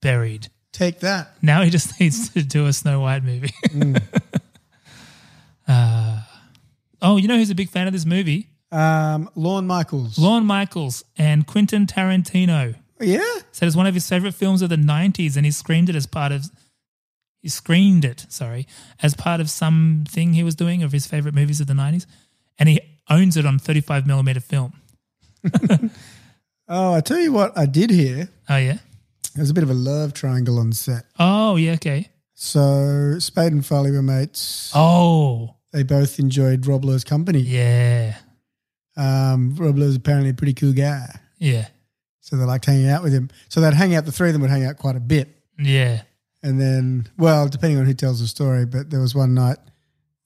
Speaker 4: Buried.
Speaker 5: Take that.
Speaker 4: Now he just <laughs> needs to do a Snow White movie. <laughs> uh, oh, you know who's a big fan of this movie?
Speaker 5: Um, Lorne Michaels. Oh,
Speaker 4: Lorne Michaels and Quentin Tarantino.
Speaker 5: Yeah.
Speaker 4: Said it's one of his favorite films of the 90s and he screamed it as part of he screened it, sorry, as part of something he was doing of his favorite movies of the 90s and he owns it on 35 millimeter film.
Speaker 5: Oh, I tell you what, I did hear
Speaker 4: Oh yeah.
Speaker 5: there's a bit of a love triangle on set.
Speaker 4: Oh yeah, okay.
Speaker 5: So Spade and Farley were mates.
Speaker 4: Oh.
Speaker 5: They both enjoyed Rob Lowe's company.
Speaker 4: Yeah.
Speaker 5: Um, Rob Lowe's apparently a pretty cool guy.
Speaker 4: Yeah.
Speaker 5: So they liked hanging out with him. So they'd hang out, the three of them would hang out quite a bit.
Speaker 4: Yeah.
Speaker 5: And then, well, depending on who tells the story, but there was one night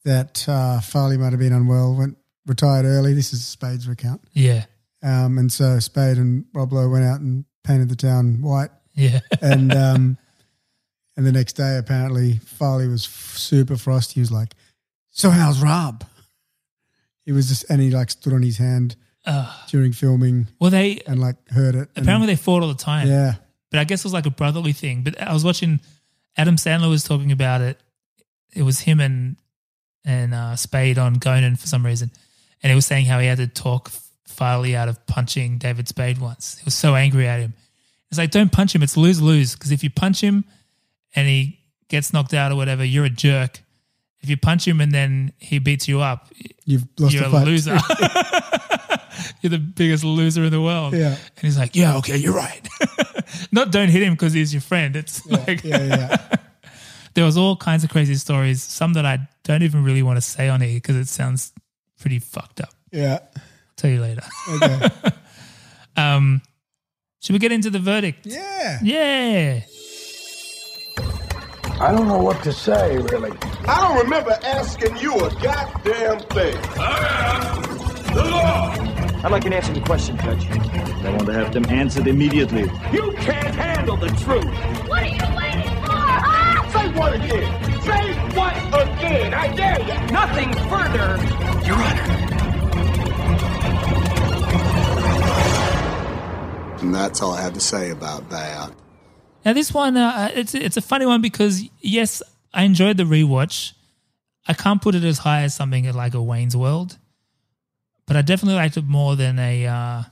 Speaker 5: that uh, Farley might have been unwell, went retired early. This is Spade's recount.
Speaker 4: Yeah.
Speaker 5: Um, and so Spade and Rob Lowe went out and painted the town white.
Speaker 4: Yeah. <laughs>
Speaker 5: and um, and the next day, apparently, Farley was f- super frosty. He was like, "So how's Rob?" He was just, and he like stood on his hand
Speaker 4: Ugh.
Speaker 5: during filming.
Speaker 4: Well, they
Speaker 5: and like heard it. and-
Speaker 4: Apparently they fought all the time.
Speaker 5: Yeah.
Speaker 4: But I guess it was like a brotherly thing. But I was watching Adam Sandler was talking about it. It was him and and uh, Spade on Conan for some reason, and he was saying how he had to talk Farley out of punching David Spade once. He was so angry at him. It's like don't punch him. It's lose lose because if you punch him and he gets knocked out or whatever, you're a jerk. If you punch him and then he beats you up,
Speaker 5: You've lost
Speaker 4: you're
Speaker 5: the
Speaker 4: a
Speaker 5: fight. <laughs>
Speaker 4: loser. <laughs> you're the biggest loser in the world.
Speaker 5: Yeah.
Speaker 4: <laughs> And he's like, yeah, okay, you're right. <laughs> Not don't hit him because he's your friend. It's like <laughs> there was all kinds of crazy stories. Some that I don't even really want to say on here because it sounds pretty fucked up.
Speaker 5: Yeah.
Speaker 4: Tell you later.
Speaker 5: Okay.
Speaker 4: <laughs> um, should we get into the verdict?
Speaker 5: Yeah.
Speaker 4: Yeah.
Speaker 13: I don't know what to say, really.
Speaker 6: I don't remember asking you a goddamn thing. the law.
Speaker 14: I'd like an answer to the question, Judge. I want to have them answered immediately.
Speaker 6: You can't handle the truth. What are you waiting for? Say what again? Say what again? I dare you. Nothing further, Your Honor.
Speaker 15: And that's all I have to say about that.
Speaker 4: Now this one, uh, it's it's a funny one because yes, I enjoyed the rewatch. I can't put it as high as something like a Wayne's World, but I definitely liked it more than a uh,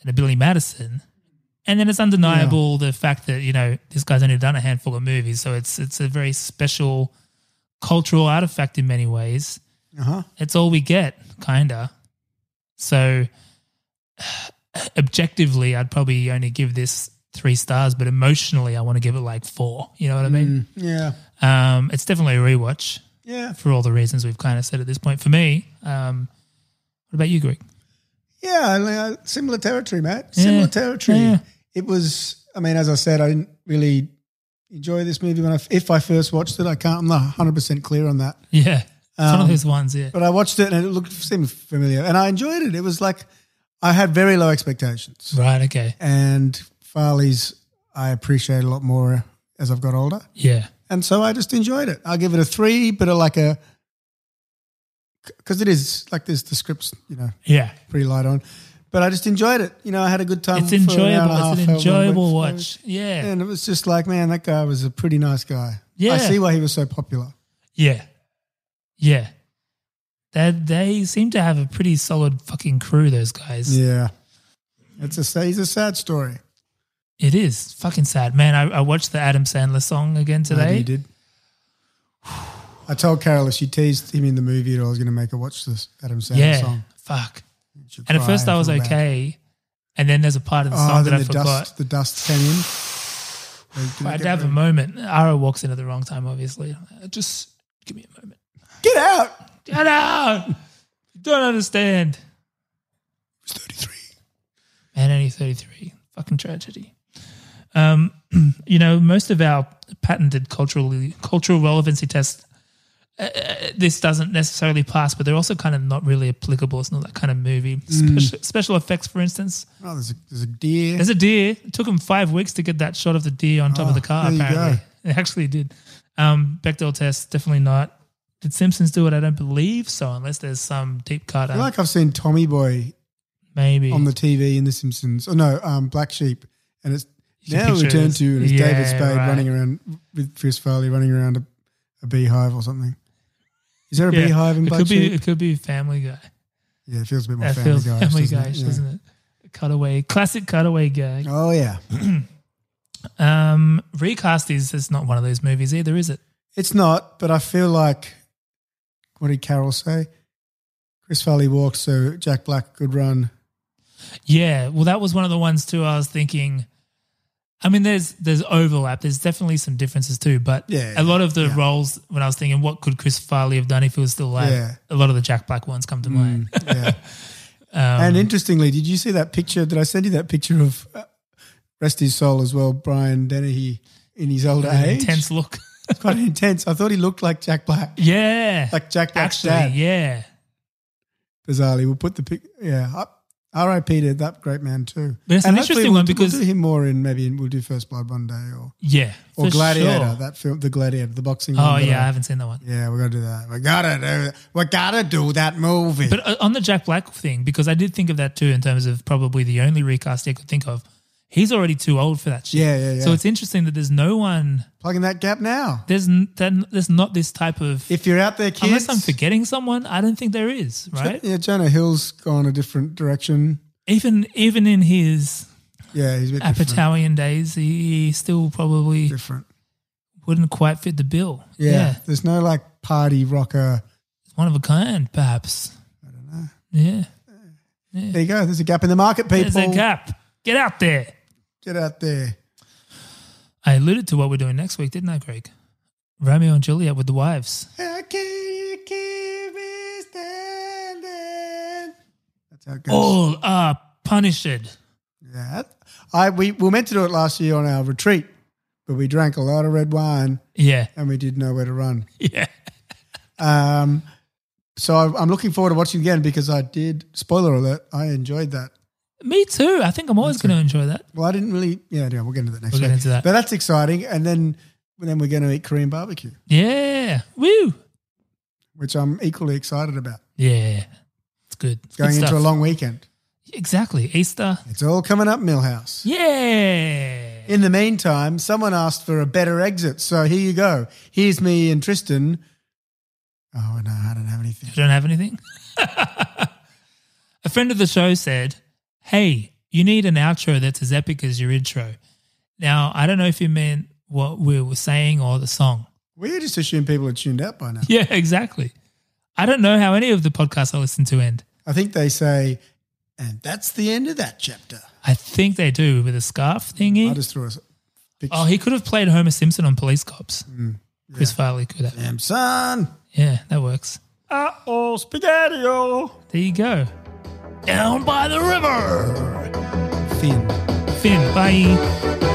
Speaker 4: than a Billy Madison. And then it's undeniable the fact that you know this guy's only done a handful of movies, so it's it's a very special cultural artifact in many ways.
Speaker 5: Uh-huh.
Speaker 4: It's all we get, kinda. So objectively, I'd probably only give this three stars, but emotionally, I want to give it like four. You know what I mean?
Speaker 5: yeah.
Speaker 4: Um, it's definitely a rewatch.
Speaker 5: Yeah.
Speaker 4: For all the reasons we've kind of said at this point. For me, um, what about you, Greg? <laughs>
Speaker 5: Yeah, I mean, uh, similar territory, mate. Similar
Speaker 4: Yeah.
Speaker 5: territory.
Speaker 4: Yeah.
Speaker 5: It was. I mean, as I said, I didn't really enjoy this movie when I, if I first watched it. I can't. I'm not 100 percent clear on that.
Speaker 4: Yeah. It's one of
Speaker 5: Um,
Speaker 4: those ones, yeah.
Speaker 5: But I watched it and it looked seemed familiar, and I enjoyed it. It was like I had very low expectations.
Speaker 4: Right, okay.
Speaker 5: And Farley's, I appreciate a lot more as I've got older,
Speaker 4: Yeah.
Speaker 5: and so I just enjoyed it. I give it a three, but a, like a because it is like this. The script's you know
Speaker 4: Yeah.
Speaker 5: pretty light on. But I just enjoyed it. You know, I had a good time.
Speaker 4: It's
Speaker 5: Um, for an hour and a
Speaker 4: enjoyable. It's an
Speaker 5: half, however long it went
Speaker 4: enjoyable
Speaker 5: for.
Speaker 4: watch. Yeah.
Speaker 5: And it was just like, man, that guy was a pretty nice guy.
Speaker 4: Yeah.
Speaker 5: I see why he was so popular.
Speaker 4: Yeah. Yeah. They they seem to have a pretty solid fucking crew, those guys.
Speaker 5: Yeah. It's a sad, it's a sad story.
Speaker 4: It is fucking sad. Man, I, I watched the Adam Sandler song again
Speaker 5: I know
Speaker 4: today.
Speaker 5: you Oh, did. I told Carol if she teased him in the movie, that I was going to make her watch this Adam Sandler
Speaker 4: yeah.
Speaker 5: song.
Speaker 4: Fuck.
Speaker 5: She
Speaker 4: And at
Speaker 5: cried
Speaker 4: first I was
Speaker 5: felt bad.
Speaker 4: okay. And then there's a part of the
Speaker 5: Oh,
Speaker 4: song that
Speaker 5: then
Speaker 4: I
Speaker 5: the
Speaker 4: forgot.
Speaker 5: dust, the dust came in.
Speaker 4: I had to have a moment. Ara walks in at the wrong time, obviously. Uh, Just give me a moment.
Speaker 5: Get out!
Speaker 4: Get out! You don't understand. He's 33. Man, only 33. Fucking tragedy. Um, <clears throat> you know, most of our patented culturally cultural relevancy tests, uh, uh, this doesn't necessarily pass, but they're also kind of not really applicable. It's not that kind of movie.
Speaker 5: Mm.
Speaker 4: Special, special effects, for instance.
Speaker 5: Oh, there's a, there's a deer.
Speaker 4: There's a deer. It took him five weeks to get that shot of the deer on top of the car.
Speaker 5: Oh, there you go.
Speaker 4: apparently, it actually did. Um, Bechdel test definitely not. Did Simpsons do it? I don't believe so, unless there's some deep cut. um,
Speaker 5: I feel like I've seen Tommy Boy
Speaker 4: maybe
Speaker 5: on the TV in The Simpsons. Oh no, um, Black Sheep, and it's
Speaker 4: can
Speaker 5: now
Speaker 4: picture
Speaker 5: returned
Speaker 4: it.
Speaker 5: to, and it's
Speaker 4: Yeah,
Speaker 5: David Spade
Speaker 4: right.
Speaker 5: running around with Chris Farley running around a, a beehive or something. Is there a
Speaker 4: Yeah.
Speaker 5: beehive in
Speaker 4: It
Speaker 5: Black
Speaker 4: could
Speaker 5: Sheep?
Speaker 4: be. It could be Family Guy.
Speaker 5: yeah, it feels a bit more
Speaker 4: That
Speaker 5: Oh, family
Speaker 4: feels
Speaker 5: guy.
Speaker 4: Family Guy, doesn't it? Cutaway, classic cutaway gag.
Speaker 5: Oh yeah,
Speaker 4: Um, recast is it's not one of those movies either, is it?
Speaker 5: it's not. But I feel like what did Carol say? Chris Farley walked, so Jack Black could run.
Speaker 4: Yeah, well, that was one of the ones too. I was thinking, I mean, there's there's overlap. There's definitely some differences too, but
Speaker 5: Yeah,
Speaker 4: a lot of the roles when I was thinking, what could Chris Farley have done if he was still alive?
Speaker 5: Yeah.
Speaker 4: A lot of the Jack Black ones come to mind. <laughs>
Speaker 5: yeah.
Speaker 4: Um,
Speaker 5: and interestingly, did you see that picture? Did I send you that picture of uh, rest his soul as well, Brian Dennehy in his older
Speaker 4: an
Speaker 5: age?
Speaker 4: intense look.
Speaker 5: It's quite intense. I thought he looked like Jack Black.
Speaker 4: <laughs> Yeah,
Speaker 5: Like Jack Black's
Speaker 4: actually,
Speaker 5: dad.
Speaker 4: yeah,
Speaker 5: Bizarrely, we'll put the pic. Yeah, up. R.I.P. to that great man too.
Speaker 4: But it's an
Speaker 5: hopefully
Speaker 4: interesting
Speaker 5: we'll
Speaker 4: one
Speaker 5: do-
Speaker 4: because-
Speaker 5: we'll do him more in maybe in, we'll do First Blood one day or
Speaker 4: yeah,
Speaker 5: or
Speaker 4: for
Speaker 5: Gladiator
Speaker 4: sure.
Speaker 5: that film, the Gladiator, the boxing.
Speaker 4: Oh
Speaker 5: one that
Speaker 4: yeah, I haven't seen that one.
Speaker 5: Yeah, we're gonna do that. We gotta do. We gotta do that movie.
Speaker 4: But uh, on the Jack Black thing, because I did think of that too in terms of probably the only recast I could think of. He's already too old for that shit.
Speaker 5: Yeah, yeah, yeah.
Speaker 4: So it's interesting that there's no one.
Speaker 5: plugging that gap now.
Speaker 4: There's n- then there's not this type of.
Speaker 5: If you're out there, kids,
Speaker 4: unless I'm forgetting someone, I don't think there is. Right?
Speaker 5: Yeah, Jonah Hill's gone a different direction.
Speaker 4: Even even in his
Speaker 5: Yeah, he's a bit different.
Speaker 4: Apatowian days, he still probably
Speaker 5: different.
Speaker 4: wouldn't quite fit the bill.
Speaker 5: Yeah. There's no like party rocker.
Speaker 4: It's one of a kind, perhaps. I don't know. Yeah.
Speaker 5: There you go. There's a gap in the market, people.
Speaker 4: There's a gap. Get out there.
Speaker 5: Get out there.
Speaker 4: I alluded to what we're doing next week, didn't I, Greg? Romeo and Juliet with the wives.
Speaker 5: How can you keep me standing? That's how it goes.
Speaker 4: All are punished.
Speaker 5: Yeah. I we, we were meant to do it last year on our retreat, but we drank a lot of red wine
Speaker 4: Yeah. <laughs>
Speaker 5: and we didn't know where to run.
Speaker 4: Yeah.
Speaker 5: Um, so I, I'm looking forward to watching again because I did. Spoiler alert! I enjoyed that.
Speaker 4: Me too. I think I'm always going to enjoy that.
Speaker 5: Well, I didn't really. Yeah, yeah. We'll get into that next.
Speaker 4: We'll get
Speaker 5: week.
Speaker 4: into that.
Speaker 5: But that's exciting, and then then we're going to eat Korean barbecue,
Speaker 4: Yeah. Woo.
Speaker 5: which I'm equally excited about.
Speaker 4: Yeah. It's good. It's
Speaker 5: Going
Speaker 4: good
Speaker 5: into
Speaker 4: stuff.
Speaker 5: a long weekend.
Speaker 4: Exactly. Easter.
Speaker 5: It's all coming up, Millhouse.
Speaker 4: Yeah.
Speaker 5: In the meantime, someone asked for a better exit, so here you go. Here's me and Tristan. Oh no, I don't have anything.
Speaker 4: You don't have anything? <laughs> a friend of the show said, Hey, you need an outro that's as epic as your intro. Now, I don't know if you meant what we were saying or the song. <laughs>
Speaker 5: We just assume people are tuned out by now.
Speaker 4: Yeah, exactly. I don't know how any of the podcasts I listen to end.
Speaker 5: I think they say, and that's the end of that chapter.
Speaker 4: I think they do with a scarf thingy.
Speaker 5: I just threw a s- picture.
Speaker 4: oh, he could have played Homer Simpson on Police Cops. Chris
Speaker 5: Mm. yeah.
Speaker 4: Farley could have.
Speaker 5: Damn son.
Speaker 4: Yeah, that works.
Speaker 12: Uh-oh, spaghetti-o.
Speaker 4: There you go. Down by the river.
Speaker 5: Finn.
Speaker 4: Finn, bye.